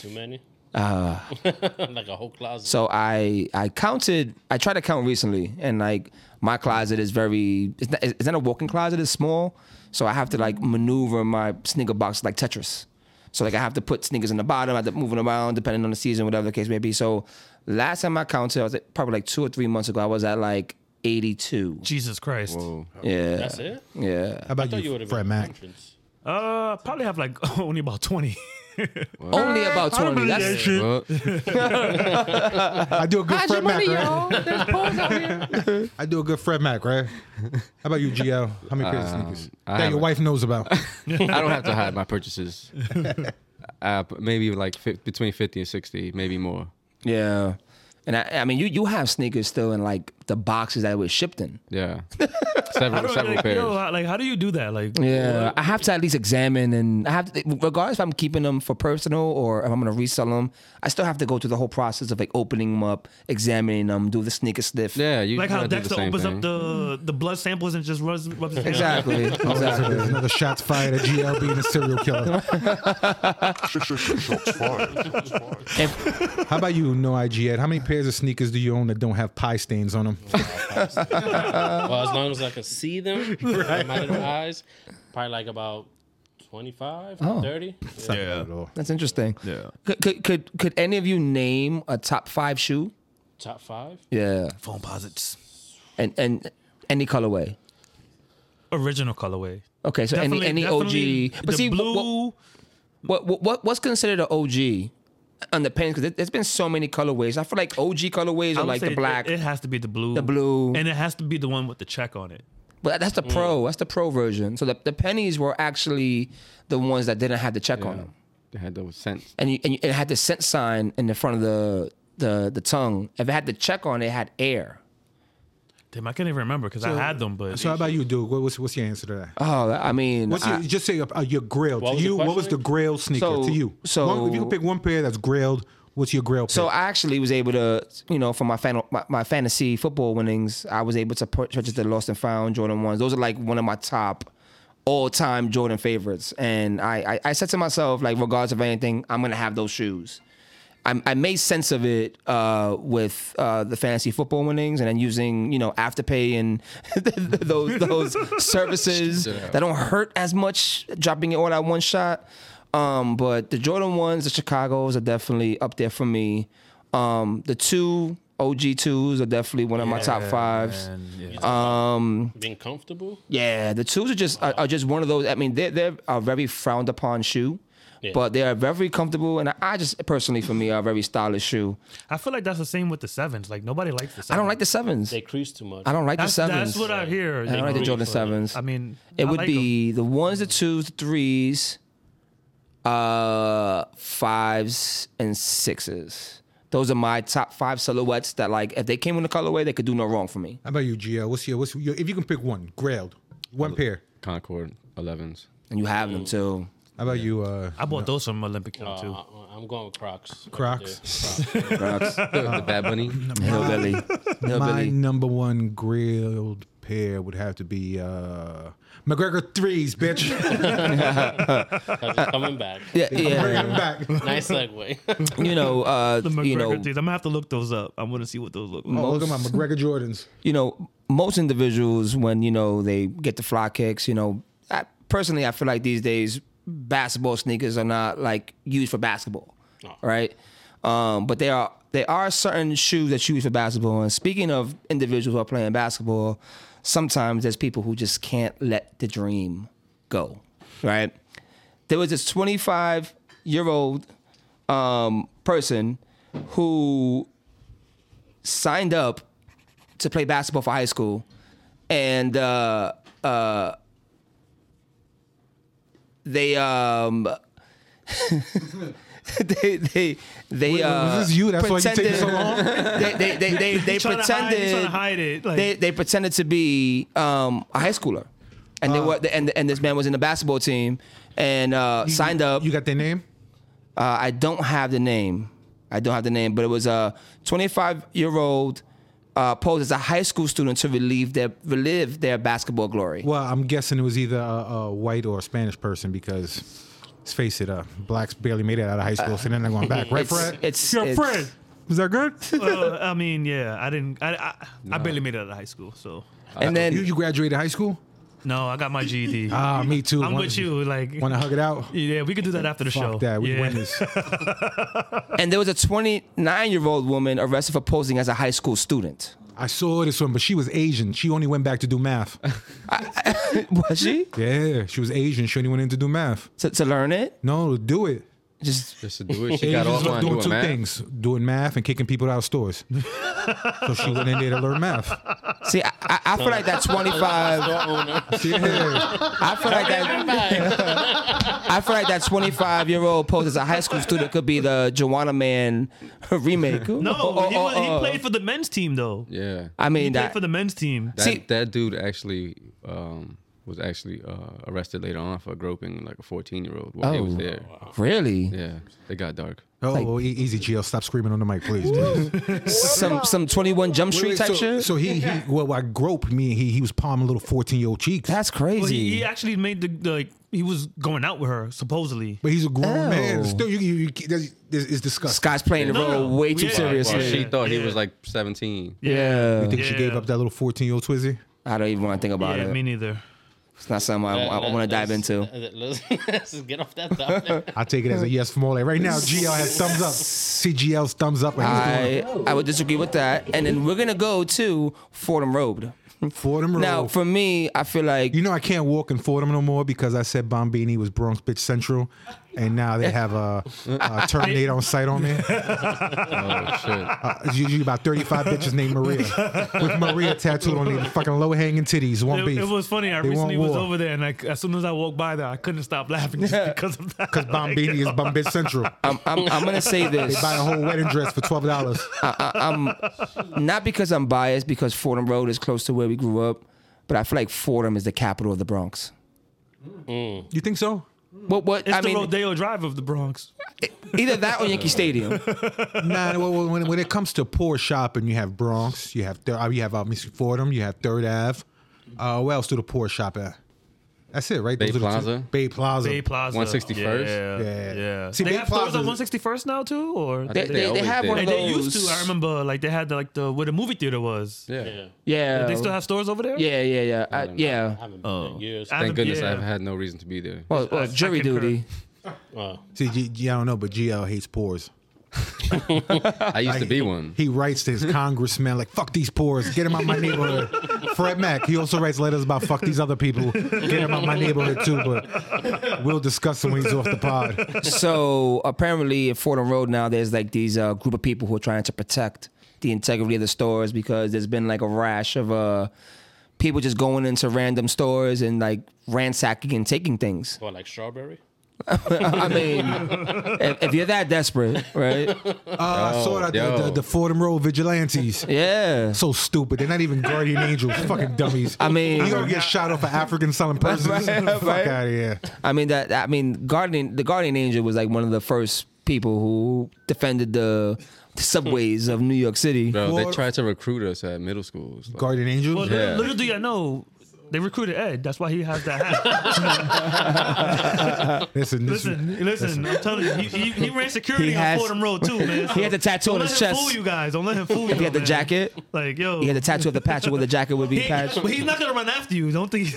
S6: Too many.
S4: uh,
S6: like a whole closet.
S4: So I I counted. I tried to count recently, and like my closet is very. It's not, it's not a walk-in closet. It's small, so I have to like maneuver my sneaker box like Tetris. So like I have to put sneakers in the bottom. I have to move them around depending on the season, whatever the case may be. So last time I counted, I was like, probably like two or three months ago. I was at like eighty-two.
S3: Jesus Christ.
S5: Whoa.
S4: Yeah,
S6: Oh, That's it.
S4: yeah.
S2: How
S6: I
S2: about
S6: thought you
S2: you,
S6: would have
S2: Fred
S6: been
S2: Mac?
S6: entrance.
S3: Uh, probably have like only about twenty.
S4: Only about
S3: I don't
S4: twenty.
S3: believe that
S4: That's
S3: shit.
S5: Well,
S2: I do a good Fred Mac, right?
S1: There's poles out here.
S2: I do a good Fred Mac, right? How about you, GL? How many pairs of
S5: Um,
S2: sneakers
S5: I
S2: that your
S5: haven't-
S2: wife knows about?
S5: I don't have to hide my purchases. Uh, but maybe like fi- between 50 and 60, maybe more.
S4: yeah. And I, I mean, you you have sneakers still in like the boxes that were shipped in.
S5: Yeah.
S3: I
S5: Several,
S3: don't
S5: several
S3: like,
S5: pairs.
S3: yo, how- like how do you do that? Like
S4: Yeah, I have to at least examine, and I have to, regardless if I'm keeping them for personal or if I'm gonna resell them, I still have to go through the whole process of like opening them up, examining them, do the sneaker sniff.
S5: yeah, you
S3: like how
S5: gotta do the
S3: Dexter
S5: same
S3: opens
S5: thing.
S3: up the the blood samples and just runs rubs his hand.
S4: exactly, exactly.
S2: There's another shots fired at GL being a serial killer.
S7: Shots fired. Shots fired.
S2: How about you, No IG Ed? How many pairs of sneakers do you own that don't have pie stains on them?
S6: Well, as long as I can see them with my little eyes, probably like about 25,
S4: Oh.
S6: 30. Yeah.
S2: Yeah.
S4: That's interesting. Yeah. Could, could could could any of you name a top five shoe?
S6: Top five.
S4: Yeah.
S3: Phone posits.
S4: And and any colorway.
S3: Original colorway.
S4: Okay, so
S3: Definitely-
S4: any any
S3: definitely
S4: OG. But
S3: the
S4: see, what-
S3: blue.
S4: what, what, what what what's considered an OG? On the pins, because there's been so many colorways. I feel like OG colorways
S3: I
S4: are
S3: would
S4: like
S3: say
S4: the
S3: it-
S4: black,
S3: It, has to be the blue.
S4: the blue,
S3: And it has to be the one with the check on it.
S4: But that's
S2: Mm.
S4: the pro. That's the pro version. So the, the pennies were actually the ones that didn't have the check on
S5: Yeah.
S4: them,
S5: They had those scents.
S4: and, you, and you, it had the cent sign in the front of the the the tongue. If it had the check on, it, it had air.
S3: Damn, I can't even remember because I had them, but
S2: So how about you, dude? What, what's what's your answer to that?
S4: Oh, I mean,
S2: What's
S4: I-
S2: your, just say uh, your grail
S6: What
S2: to
S6: was the
S2: you. What
S6: question
S2: was the
S6: again?
S2: grail sneaker
S4: So-
S2: to you?
S4: so-
S2: One- if you could pick one pair that's grailed, what's your grail? Pick?
S4: so I actually was able to, you know, for my fan, my, my fantasy football winnings, I was able to pur- purchase the lost and found Jordan ones. Those are like one of my top all time Jordan favorites, and I, I I said to myself like, regardless of anything, I'm gonna have those shoes. I, I made sense of it uh, with uh, the fantasy football winnings, and then using you know afterpay and those those services that don't hurt as much, dropping it all at one shot. Um, but the Jordan ones, the Chicago's are definitely up there for me. Um, the two OG twos are definitely one of my top fives.
S6: Being comfortable.
S4: Yeah, the twos are just are, are just one of those. I mean, they're they're a very frowned upon shoe,
S6: Yeah.
S4: But they are very comfortable, and I, I just personally, for me, are a very stylish shoe.
S3: I feel like that's the same with the sevens. Like nobody likes the sevens.
S4: I don't like the sevens.
S6: They crease too much.
S4: I don't like
S3: That's,
S4: the sevens.
S3: that's what I hear.
S4: I don't like the Jordan sevens.
S3: I mean,
S4: It
S3: I
S4: would
S3: like 'em.
S4: be the ones, the twos, the threes, uh, fives, and sixes. Those are my top five silhouettes that, like, if they came in the colorway, they could do no wrong for me.
S2: How about you, Gio? What's your what's your, if you can pick one? Grailed, one pair.
S5: Concord 11s.
S4: And you have them too.
S2: How about you? Uh,
S3: I bought those from Olympic Town
S6: Uh,
S3: too.
S6: I- I'm going with Crocs.
S2: Crocs?
S6: Crocs.
S4: Bronx,
S5: The,
S3: Uh,
S5: the Bad Bunny.
S4: hillbilly,
S2: my
S4: hillbilly.
S2: number one grilled pair would have to be uh, McGregor threes, bitch.
S6: Because it's coming back.
S4: Yeah,
S2: Bring
S4: yeah.
S2: them back.
S6: Nice segue.
S4: You know, uh,
S3: The McGregor
S4: you know,
S3: things. I'm gonna have to look those up. I want to see what those look like.
S2: Oh, look at my McGregor Jordans.
S4: you know, most individuals when you know they get the fly kicks, you know, I, personally, I feel like these days basketball sneakers are not like used for basketball, right? Um, but they are there are certain shoes that you use for basketball. And speaking of individuals who are playing basketball, sometimes there's people who just can't let the dream go, right? There was this 25 year old um, person who signed up to play basketball for high school, and uh, uh, they um. they they they uh,
S2: was this you? That's why you taking so
S4: long. they they they they, they
S3: Trying to hide-
S4: pretended
S3: trying to hide it, like-
S4: they they pretended to be um, a high schooler, and they were and and this man was in the basketball team and uh, signed up.
S2: You got their name?
S4: Uh, I don't have the name. I don't have the name, but it was a 25 year old uh, posed as a high school student to relieve their relive their basketball glory.
S2: Well, I'm guessing it was either a, a white or a Spanish person because, let's face it, uh, blacks barely made it out of high school, so they're not going back, right,
S4: it's,
S2: Fred?
S4: it's
S3: Your
S4: it's-
S3: friend.
S2: Was that good?
S3: Well, I mean, yeah, I didn't. I I, I barely made it out of high school, so
S4: And
S2: you,
S4: then
S2: you graduated high school?
S3: no, I got my GED.
S2: Ah, me too.
S3: I'm with you. Like,
S2: Want to hug it out?
S3: yeah, we could do that after the show.
S2: Fuck that. We
S3: yeah.
S2: winners.
S4: and there was a 29 year old woman arrested for posing as a high school student.
S2: I saw this one, but she was Asian. She only went back to do math.
S4: Was she
S2: Yeah, she was Asian. She only went in to do math.
S4: to, to learn it?
S2: No, do it.
S4: Just
S5: Just to do it. She got
S2: Asians
S5: off
S2: love
S5: on
S2: doing
S5: doing
S2: two
S5: math.
S2: things: doing math and kicking people out of stores. so she went in there to learn math.
S4: see, I, I, I feel like that 25.
S2: Yeah.
S4: I feel like that. I feel like that 25 year old posed as a high school student could be the Joanna Man remake.
S3: No, he, was, he played for the men's team though.
S5: Yeah.
S4: oh. I mean
S3: He played
S4: Oh, that
S3: for the men's team.
S5: That,
S4: See-
S5: that dude actually um, was actually uh, arrested later on for groping like a 14 year old while he was
S4: Oh.
S5: there.
S4: really
S5: Yeah. It got dark.
S2: Oh, e- easy, Gio. Stop screaming on the mic, please.
S4: some some twenty one Jump Street
S2: Wait,
S4: type
S2: so,
S4: shit.
S2: so he, he well, I grope me. He he was palming little fourteen year old cheeks.
S4: That's
S3: Well, he, he
S4: crazy.
S3: actually made the, the like he was going out with her supposedly.
S2: but he's a grown
S4: Oh.
S2: man. Still, you, you, you that's, this is disgusting.
S4: Scott's playing the
S3: No,
S4: role
S3: no.
S4: way too
S3: Yeah.
S5: Well,
S4: seriously.
S5: she thought
S3: Yeah.
S5: he was like 17.
S4: yeah.
S2: I think she
S3: Yeah.
S2: gave up that little fourteen year old Twizzy.
S4: I don't even want to think about
S3: Yeah,
S4: it.
S3: me neither.
S4: it's not something I, I, want to dive into.
S6: Let's, let's get off that topic.
S2: I take it as a yes from all that. Right now, GL has thumbs up. CGL's thumbs up.
S4: I I would disagree with that. And then we're gonna go to Fordham Road.
S2: Fordham Road.
S4: Now, for me, I feel like
S2: You know I can't walk in Fordham no more because I said Bombini was Bronx Bitch Central, and now they have a, a Terminator on site on me.
S5: Oh, shit.
S2: Uh, it's usually about 35 bitches named Maria with Maria tattooed on their fucking low hanging titties. One
S3: It,
S2: beef.
S3: it was funny. I
S2: They want
S3: recently was
S2: war.
S3: over there, and like as soon as I walked by there, I couldn't stop laughing just because of that.
S2: because Bombini is Bum Bitch Central.
S4: I'm, I'm I'm gonna say
S2: They
S4: this
S2: buy a whole wedding dress for twelve dollars.
S4: not because I'm biased, because Fordham Road is close to where we grew up, but I feel like Fordham is the capital of the Bronx.
S2: You think so?
S4: What what
S3: It's
S4: I
S3: the
S4: mean,
S3: Rodeo Drive of the Bronx.
S4: either that or Yankee Stadium.
S2: Nah. Well, well, when, when it comes to poor shopping, you have Bronx, you have thir- uh, you have uh, Miss Fordham, you have Third Ave. Uh, where else do the poor shop at? That's it, right?
S5: Bay
S2: Those are the two-
S5: Plaza?
S2: Bay Plaza.
S3: Bay Plaza.
S5: 161st?
S3: Yeah.
S2: Yeah.
S3: Yeah.
S2: See,
S3: they
S2: Bay
S3: have stores
S2: Plaza-
S3: on 161st now, too? Or
S5: I
S3: they,
S5: think
S4: They- they- they
S5: always
S4: have
S5: did.
S4: one of
S3: they used
S4: those-
S3: to. I remember, like, they had, like, the where the movie theater was.
S5: Yeah.
S6: Yeah.
S4: Yeah,
S3: They still have stores over there?
S4: Yeah, yeah, yeah, I, yeah.
S6: I haven't been
S3: Oh.
S6: in years.
S3: I
S5: Thank
S3: haven't-
S5: goodness
S3: yeah.
S5: I've had no reason to be there.
S4: Well, well
S3: I- I
S4: jury
S3: concur.
S4: duty.
S6: Oh.
S2: See, G- G- I don't know, but GL hates pores.
S5: I used to be one.
S2: He writes to his congressman like "fuck these poors, get him out my neighborhood." Fred Mac. He also writes letters about "fuck these other people, get him out my neighborhood too." But we'll discuss him when he's off the pod.
S4: so apparently at Fordham Road now, there's like these uh, group of people who are trying to protect the integrity of the stores because there's been like a rash of uh, people just going into random stores and like ransacking and taking things.
S6: What, like strawberry?
S4: I mean, if, if you're that desperate, right?
S2: Uh, I saw that the,
S5: yo.
S2: the, the Fordham Road vigilantes.
S4: Yeah.
S2: So stupid. They're not even guardian angels. Fucking dummies.
S4: I mean-
S2: you don't get shot off an African selling persons.
S4: Right,
S2: Fuck
S4: right.
S2: out of here.
S4: I mean that. I mean, guardian. The guardian angel was like one of the first people who defended the, the subways of New York City.
S5: Bro, they
S2: What?
S5: tried to recruit us at middle schools. Like,
S2: Guardian angels.
S3: Well,
S5: Yeah.
S3: little do you know, they recruited Ed. That's why he has that hat.
S2: Listen, this,
S3: listen, listen, I'm telling you, he, he, he ran security
S4: He
S3: on
S4: has-
S3: Fordham Road too, man.
S4: He had the tattoo
S3: Don't
S4: on
S3: let
S4: his
S3: him
S4: chest.
S3: Fool you guys, don't let him fool you.
S4: He had the
S3: Oh, man.
S4: jacket.
S3: Like yo,
S4: He had the tattoo of the patch where the jacket would be
S3: He-
S4: patched.
S3: but he's not gonna run after you. Don't think.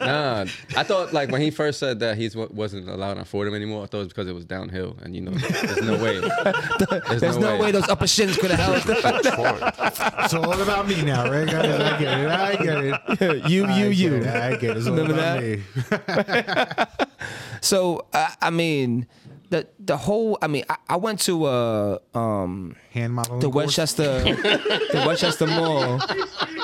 S5: Nah, I thought like when he first said that he wasn't allowed on Fordham anymore. I thought it was because it was downhill, and you know, there's no way. There's,
S4: There's no way those upper shins could have held.
S7: It's fine.
S2: it's all about me now, right? guys? I get it. I get it.
S4: you,
S2: I
S4: you,
S2: get
S4: you.
S2: it, I get it. It's all
S4: Remember
S2: about
S4: that?
S2: me.
S4: So I, I mean, the the whole. I mean, I, I went to uh um
S2: Hand modeling.
S4: the
S2: course.
S4: Westchester, the Westchester Mall,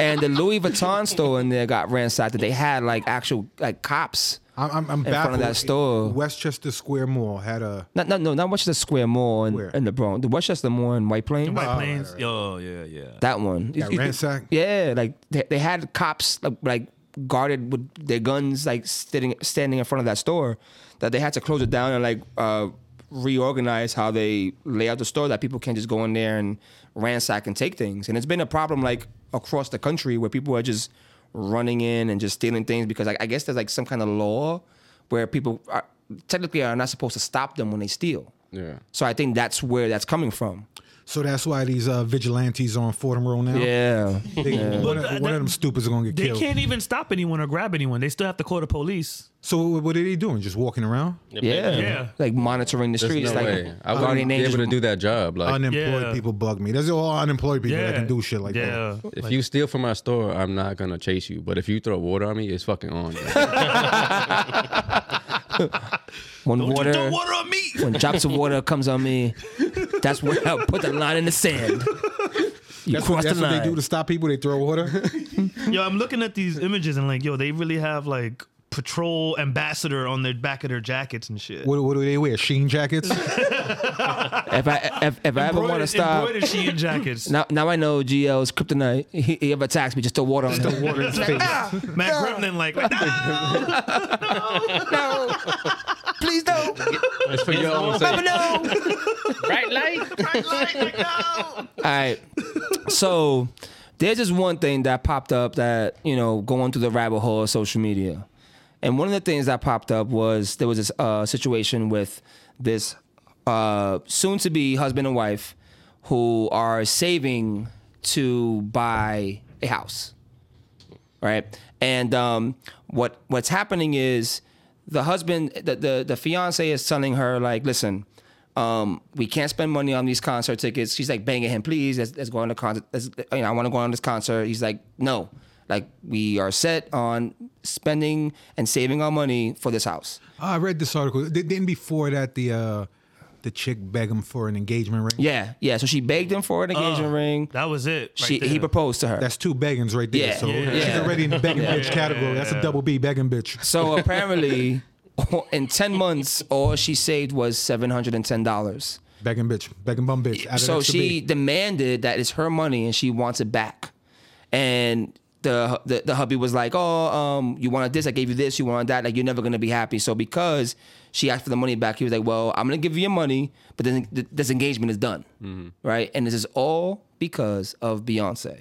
S4: and the Louis Vuitton store in there got ransacked. That they had like actual like cops.
S2: I'm, I'm, I'm
S4: front of
S2: baffled.
S4: that store.
S2: Westchester Square Mall had a.
S4: Not, not, no, not Westchester Square Mall in,
S2: Where?
S4: in the Bronx. The Westchester Mall in White Plains.
S3: My planes. Yo, yeah, yeah.
S4: That one.
S2: Got ransacked?
S4: Yeah, like they, they had cops like, like guarded with their guns, like standing standing in front of that store. That they had to close it down and like uh, reorganize how they lay out the store. That people can't just go in there and ransack and take things. And it's been a problem like across the country where people are just running in and just stealing things because like, I guess there's like some kind of law where people are, technically are not supposed to stop them when they steal.
S5: Yeah.
S4: So I think that's where that's coming from.
S2: So that's why these uh, vigilantes on Fordham Road now.
S4: Yeah.
S2: They, one, of,
S3: But, uh,
S2: one of them stupids are gonna get
S3: They
S2: killed.
S3: can't even stop anyone or grab anyone. They still have to call the police.
S2: So what, what are they doing? Just walking around?
S4: Yeah.
S3: Yeah.
S4: Like monitoring the
S5: There's
S4: streets.
S5: no
S4: like
S5: way. I
S4: guardian
S5: wouldn't be
S4: angels.
S5: able to do that job. Like,
S2: Unemployed
S3: Yeah.
S2: people bug me. That's all unemployed people
S3: Yeah,
S2: that can do shit like that.
S3: yeah.
S5: if you steal from my store, I'm not gonna chase you. But if you throw water on me, it's fucking on. bro.
S4: when
S3: Don't you
S4: water,
S3: throw water on me.
S4: when drops of water comes on me, that's when I put the line in the sand. You
S2: That's, what,
S4: cross
S2: that's
S4: the
S2: what
S4: line.
S2: they do to stop people. They throw water.
S3: Yo, I'm looking at these images and like, yo, they really have like patrol ambassador on their back of their jackets and shit.
S2: what, what do they wear? Sheen jackets.
S4: if I if, if I ever want to
S3: Embroidered-
S4: stop,
S3: Embroidered Shein jackets.
S4: now, now I know GL's kryptonite. He, he ever attacks me, just throw water on him.
S2: water in his face.
S3: Matt Gremlin, like, no!
S4: no, please don't.
S5: it's for your own sake.
S4: no.
S6: Bright light.
S4: All right. So there's just one thing that popped up that, you know, going through the rabbit hole of social media. And one of the things that popped up was there was this uh, situation with this uh, soon to be husband and wife who are saving to buy a house. Right. And um, what what's happening is the husband, the, the, the fiance is telling her, like, listen, um, we can't spend money on these concert tickets. She's like banging him, please. Let's, let's go on the concert. Let's, you know, I want to go on this concert. He's like, no. Like we are set on spending and saving our money for this house.
S2: Oh, I read this article. They, didn't before that the uh, the chick beg him for an engagement ring.
S4: Yeah, yeah. So she begged him for an engagement ring.
S3: Oh, That was it. Right
S4: She
S3: there.
S4: he proposed to her.
S2: That's two beggings right there.
S4: Yeah.
S2: So
S4: Yeah.
S2: she's
S4: Yeah.
S2: already in the begging bitch category. That's a double B begging bitch.
S4: So apparently, in ten months, all she saved was seven hundred and ten dollars.
S2: Begging bitch. Begging bum bitch. Add an
S4: So
S2: extra
S4: she
S2: B.
S4: demanded that it's her money and she wants it back. And the, the the hubby was like, "Oh, um, you wanted this? I gave you this. You wanted that? Like you're never gonna be happy." So because she asked for the money back, he was like, "Well, I'm gonna give you your money, but then th- this engagement is done, right?" And this is all because of Beyonce.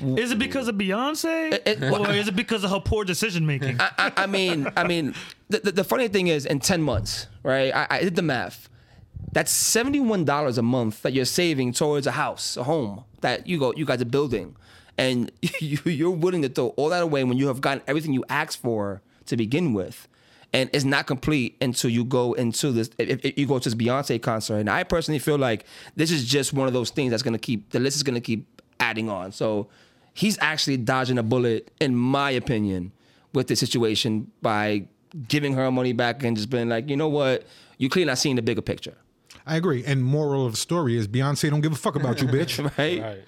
S3: Is it because of Beyonce?
S4: it-
S3: or is it because of her poor decision making?
S4: I, I mean, I mean, the, the, the funny thing is, in ten months, right? I, I did the math. That's seventy-one dollars a month that you're saving towards a house, a home that you go, you guys are building, and you, you're willing to throw all that away when you have gotten everything you asked for to begin with, and it's not complete until you go into this. If, if you go to this Beyonce concert, and I personally feel like this is just one of those things that's gonna keep the list is gonna keep adding on. So he's actually dodging a bullet, in my opinion, with this situation by giving her money back and just being like, you know what, you clearly not seeing the bigger picture,
S2: I agree. And moral of the story is Beyonce don't give a fuck about you, bitch.
S4: right?
S6: Right.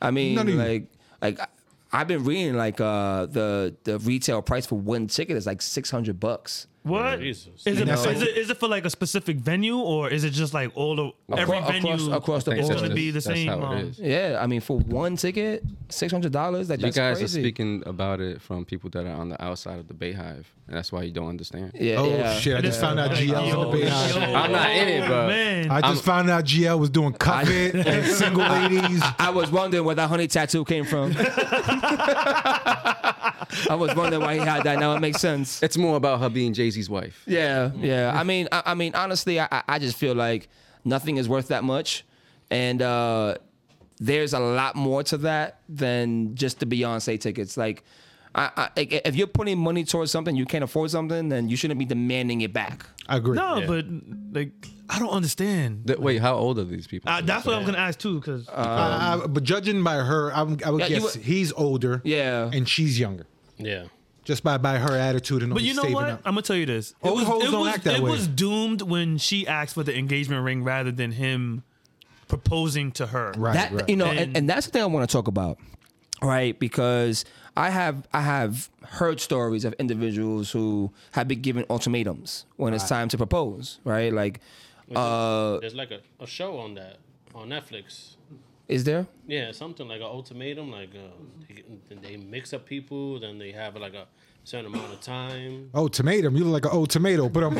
S4: I mean,
S2: None of you.
S4: like, like I- I've been reading like uh the the retail price for one ticket is like six hundred bucks.
S3: What is
S6: Jesus.
S3: it,
S2: know-
S3: is it? Is it for like a specific venue, or is it just like all the every
S4: Across-
S3: venue
S4: across- across the
S5: I think
S3: is
S4: board.
S5: that's
S3: going to
S5: just-
S3: be the
S5: that's
S3: same?
S5: how it
S3: um,
S5: is.
S4: Yeah, I mean, for one ticket, six hundred dollars. Like,
S5: You
S4: that's
S5: guys
S4: crazy.
S5: are speaking about it from people that are on the outside of the Bay Hive, and that's why you don't understand.
S4: Yeah,
S2: Oh
S4: yeah.
S2: shit! I just found out
S3: Like,
S2: GL
S3: yo,
S2: on the Bay Hive.
S3: yo,
S5: I'm not in it, bro.
S3: Man,
S2: I just found out GL was doing cockpit and single ladies.
S4: I was wondering where that honey tattoo came from. I was wondering why he had that. Now it makes sense.
S5: It's more about her being Jay Z's wife.
S4: Yeah, yeah. I mean, I, I mean, honestly, I, I- I just feel like nothing is worth that much, and uh, there's a lot more to that than just the Beyonce tickets. Like, I, I, like, if you're putting money towards something, you can't afford something, then you shouldn't be demanding it back.
S2: I agree.
S3: no, but like I don't understand.
S5: Th- wait, how old are these people?
S3: Uh, that's what I was going to ask too, because
S2: I- I- but judging by her, I, would- I would
S4: Yeah, you
S2: guess
S4: would-
S2: he's older.
S4: Yeah.
S2: and she's younger.
S6: Yeah.
S2: Just by by her attitude and all
S3: But you
S2: the
S3: know
S2: saving
S3: what?
S2: up.
S3: I'm gonna tell you this. It
S2: Old hoes don't act that
S3: it
S2: way.
S3: was doomed when she asked for the engagement ring rather than him proposing to her.
S2: Right,
S4: that
S2: right.
S4: you know,
S3: And-
S4: and, and that's the thing I want to talk about, right? Because I have I have heard stories of individuals who have been given ultimatums when it's time to propose, right? Like, uh,
S6: There's like a, a show on that on Netflix.
S4: is there?
S6: Yeah, something like an ultimatum. Like uh, they, then they mix up people, then they have like a certain amount of time.
S2: Oh, tomato! You look like an old tomato. But I'm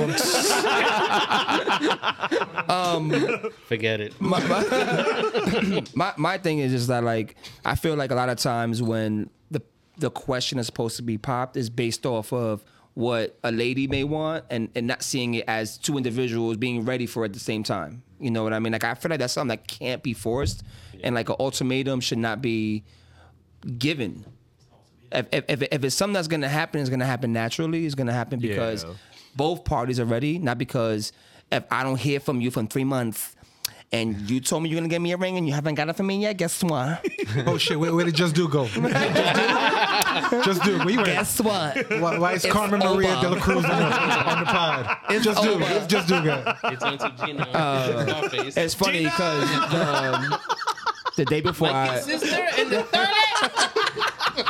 S6: Forget it.
S4: my, my- my my thing is just that like I feel like a lot of times when the the question is supposed to be popped is based off of what a lady may want and and not seeing it as two individuals being ready for it at the same time. You know what I mean? Like I feel like that's something that can't be forced, and like an ultimatum should not be given. If, if, if, if it's something that's going to happen, it's going to happen naturally. It's going to happen because
S3: Yeah.
S4: both parties are ready, not because if I don't hear from you for three months and you told me you're going to give me a ring and you haven't got it for me yet, guess what?
S2: oh shit! Where, where did Just Do go? Just Do, where you at?
S4: guess what?
S2: Why, why is
S4: It's
S2: Carmen Maria
S4: over.
S2: de la Cruz on the, on the pod?
S4: It's
S2: Just Do,
S4: over.
S2: Just Do guy.
S6: It's Auntie Gina. Scarface.
S4: Uh, It's funny because um, the day before I.
S6: sister and the third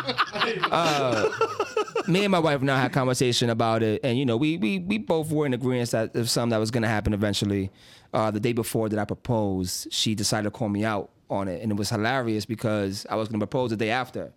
S4: me and my wife now had a conversation about it, and you know, we we we both were in agreement that if something that was going to happen eventually. Uh, the day before that I proposed, she decided to call me out on it, and it was hilarious because I was going to propose the day after.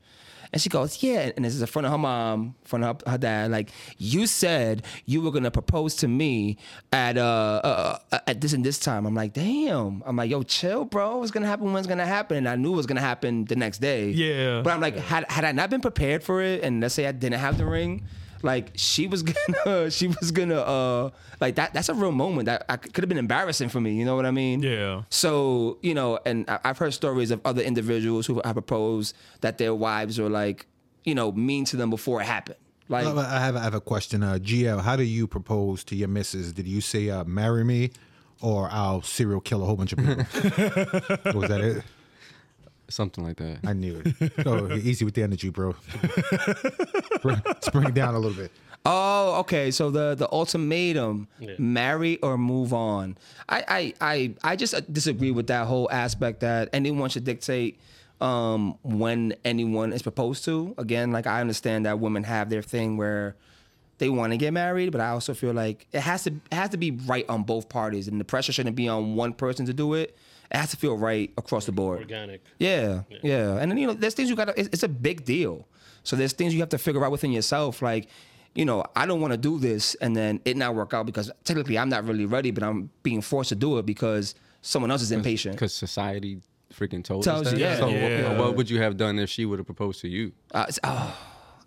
S4: And she goes, yeah, and this is in front of her mom, in front of her, her dad. Like you said, you were gonna propose to me at uh, uh uh, at this and this time. I'm like, damn. I'm like, yo, chill, bro. What's gonna happen? When's gonna happen? And I knew it was gonna happen the next day.
S3: Yeah.
S4: But I'm like, had had I not been prepared for it, and let's say I didn't have the ring, like she was gonna, she was gonna, uh, like that. That's a real moment that I could have been embarrassing for me. You know what I mean?
S3: Yeah.
S4: So you know, and I- I've heard stories of other individuals who have proposed that their wives were like, you know, mean to them before it happened. Like,
S2: I have I have a question. Uh, GL, how do you propose to your missus? Did you say uh, marry me, or I'll serial kill a whole bunch of people? was that it?
S5: Something like that.
S2: I knew it. Oh, easy with the energy, bro. Bring- Let's bring it down a little bit.
S4: Oh, okay. So the the ultimatum:
S6: Yeah.
S4: marry or move on. I I I I just uh, disagree with that whole aspect that anyone should dictate um when anyone is proposed to. Again, like I understand that women have their thing where they want to get married, but I also feel like it has to it has to be right on both parties, and the pressure shouldn't be on one person to do it. It has to feel right across the board.
S6: Organic.
S4: Yeah, yeah, And then you know, there's things you got. to It's a big deal. So there's things you have to figure out within yourself. Like, you know, I don't want to do this, and then it not work out because technically I'm not really ready, but I'm being forced to do it because someone else is impatient.
S5: Because society freaking told
S4: Tells
S5: us
S4: you,
S5: that.
S4: yeah.
S5: So
S3: Yeah.
S5: What, what would you have done if she would have proposed to you?
S4: Uh, it's- oh,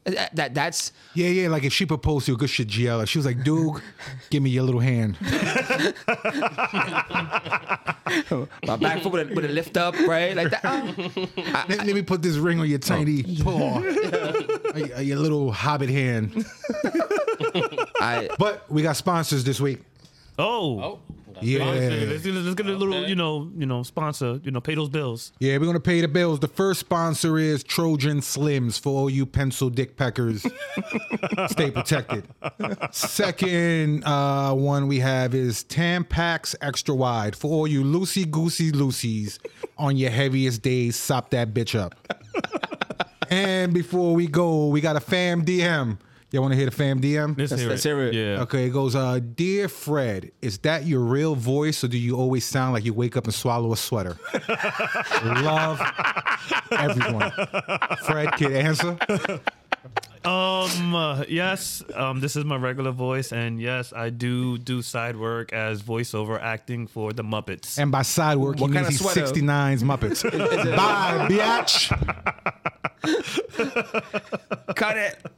S4: That, that- that's
S2: Yeah, yeah. Like if she proposed to you, good shit, Giella. She was like, "Dude, give me your little hand."
S4: my back foot with a, with a lift up, right? Like that. oh.
S2: Let, let me put this ring on your tiny paw, Uh, your, your little hobbit hand.
S4: I
S2: But we got sponsors this week.
S3: Oh.
S6: Oh, that's
S2: Yeah.
S6: fine.
S3: Let's, get- let's get- let's get a little, you know, you know, sponsor, you know, pay those bills.
S2: Yeah, we're gonna pay the bills. The first sponsor is Trojan Slims for all you pencil dick peckers. Stay protected. Second uh, one we have is Tampax Extra Wide for all you loosey goosey loosies on your heaviest days. Sop that bitch up. and before we go, we got a fam DM. Y'all want to hear the fam DM?
S3: Let's, hear,
S4: let's
S3: it.
S4: hear it.
S3: Yeah.
S2: Okay, it goes, uh, Dear Fred, is that your real voice or do you always sound like you wake up and swallow a sweater? Love everyone. Fred can answer.
S3: Um. uh, yes. Um. This is my regular voice, and yes, I do do side work as voiceover acting for the Muppets.
S2: And by side work, he
S4: What kind
S2: means
S4: of
S2: he's
S4: sweater?
S2: 69's Muppets. Bye, biatch.
S4: cut it.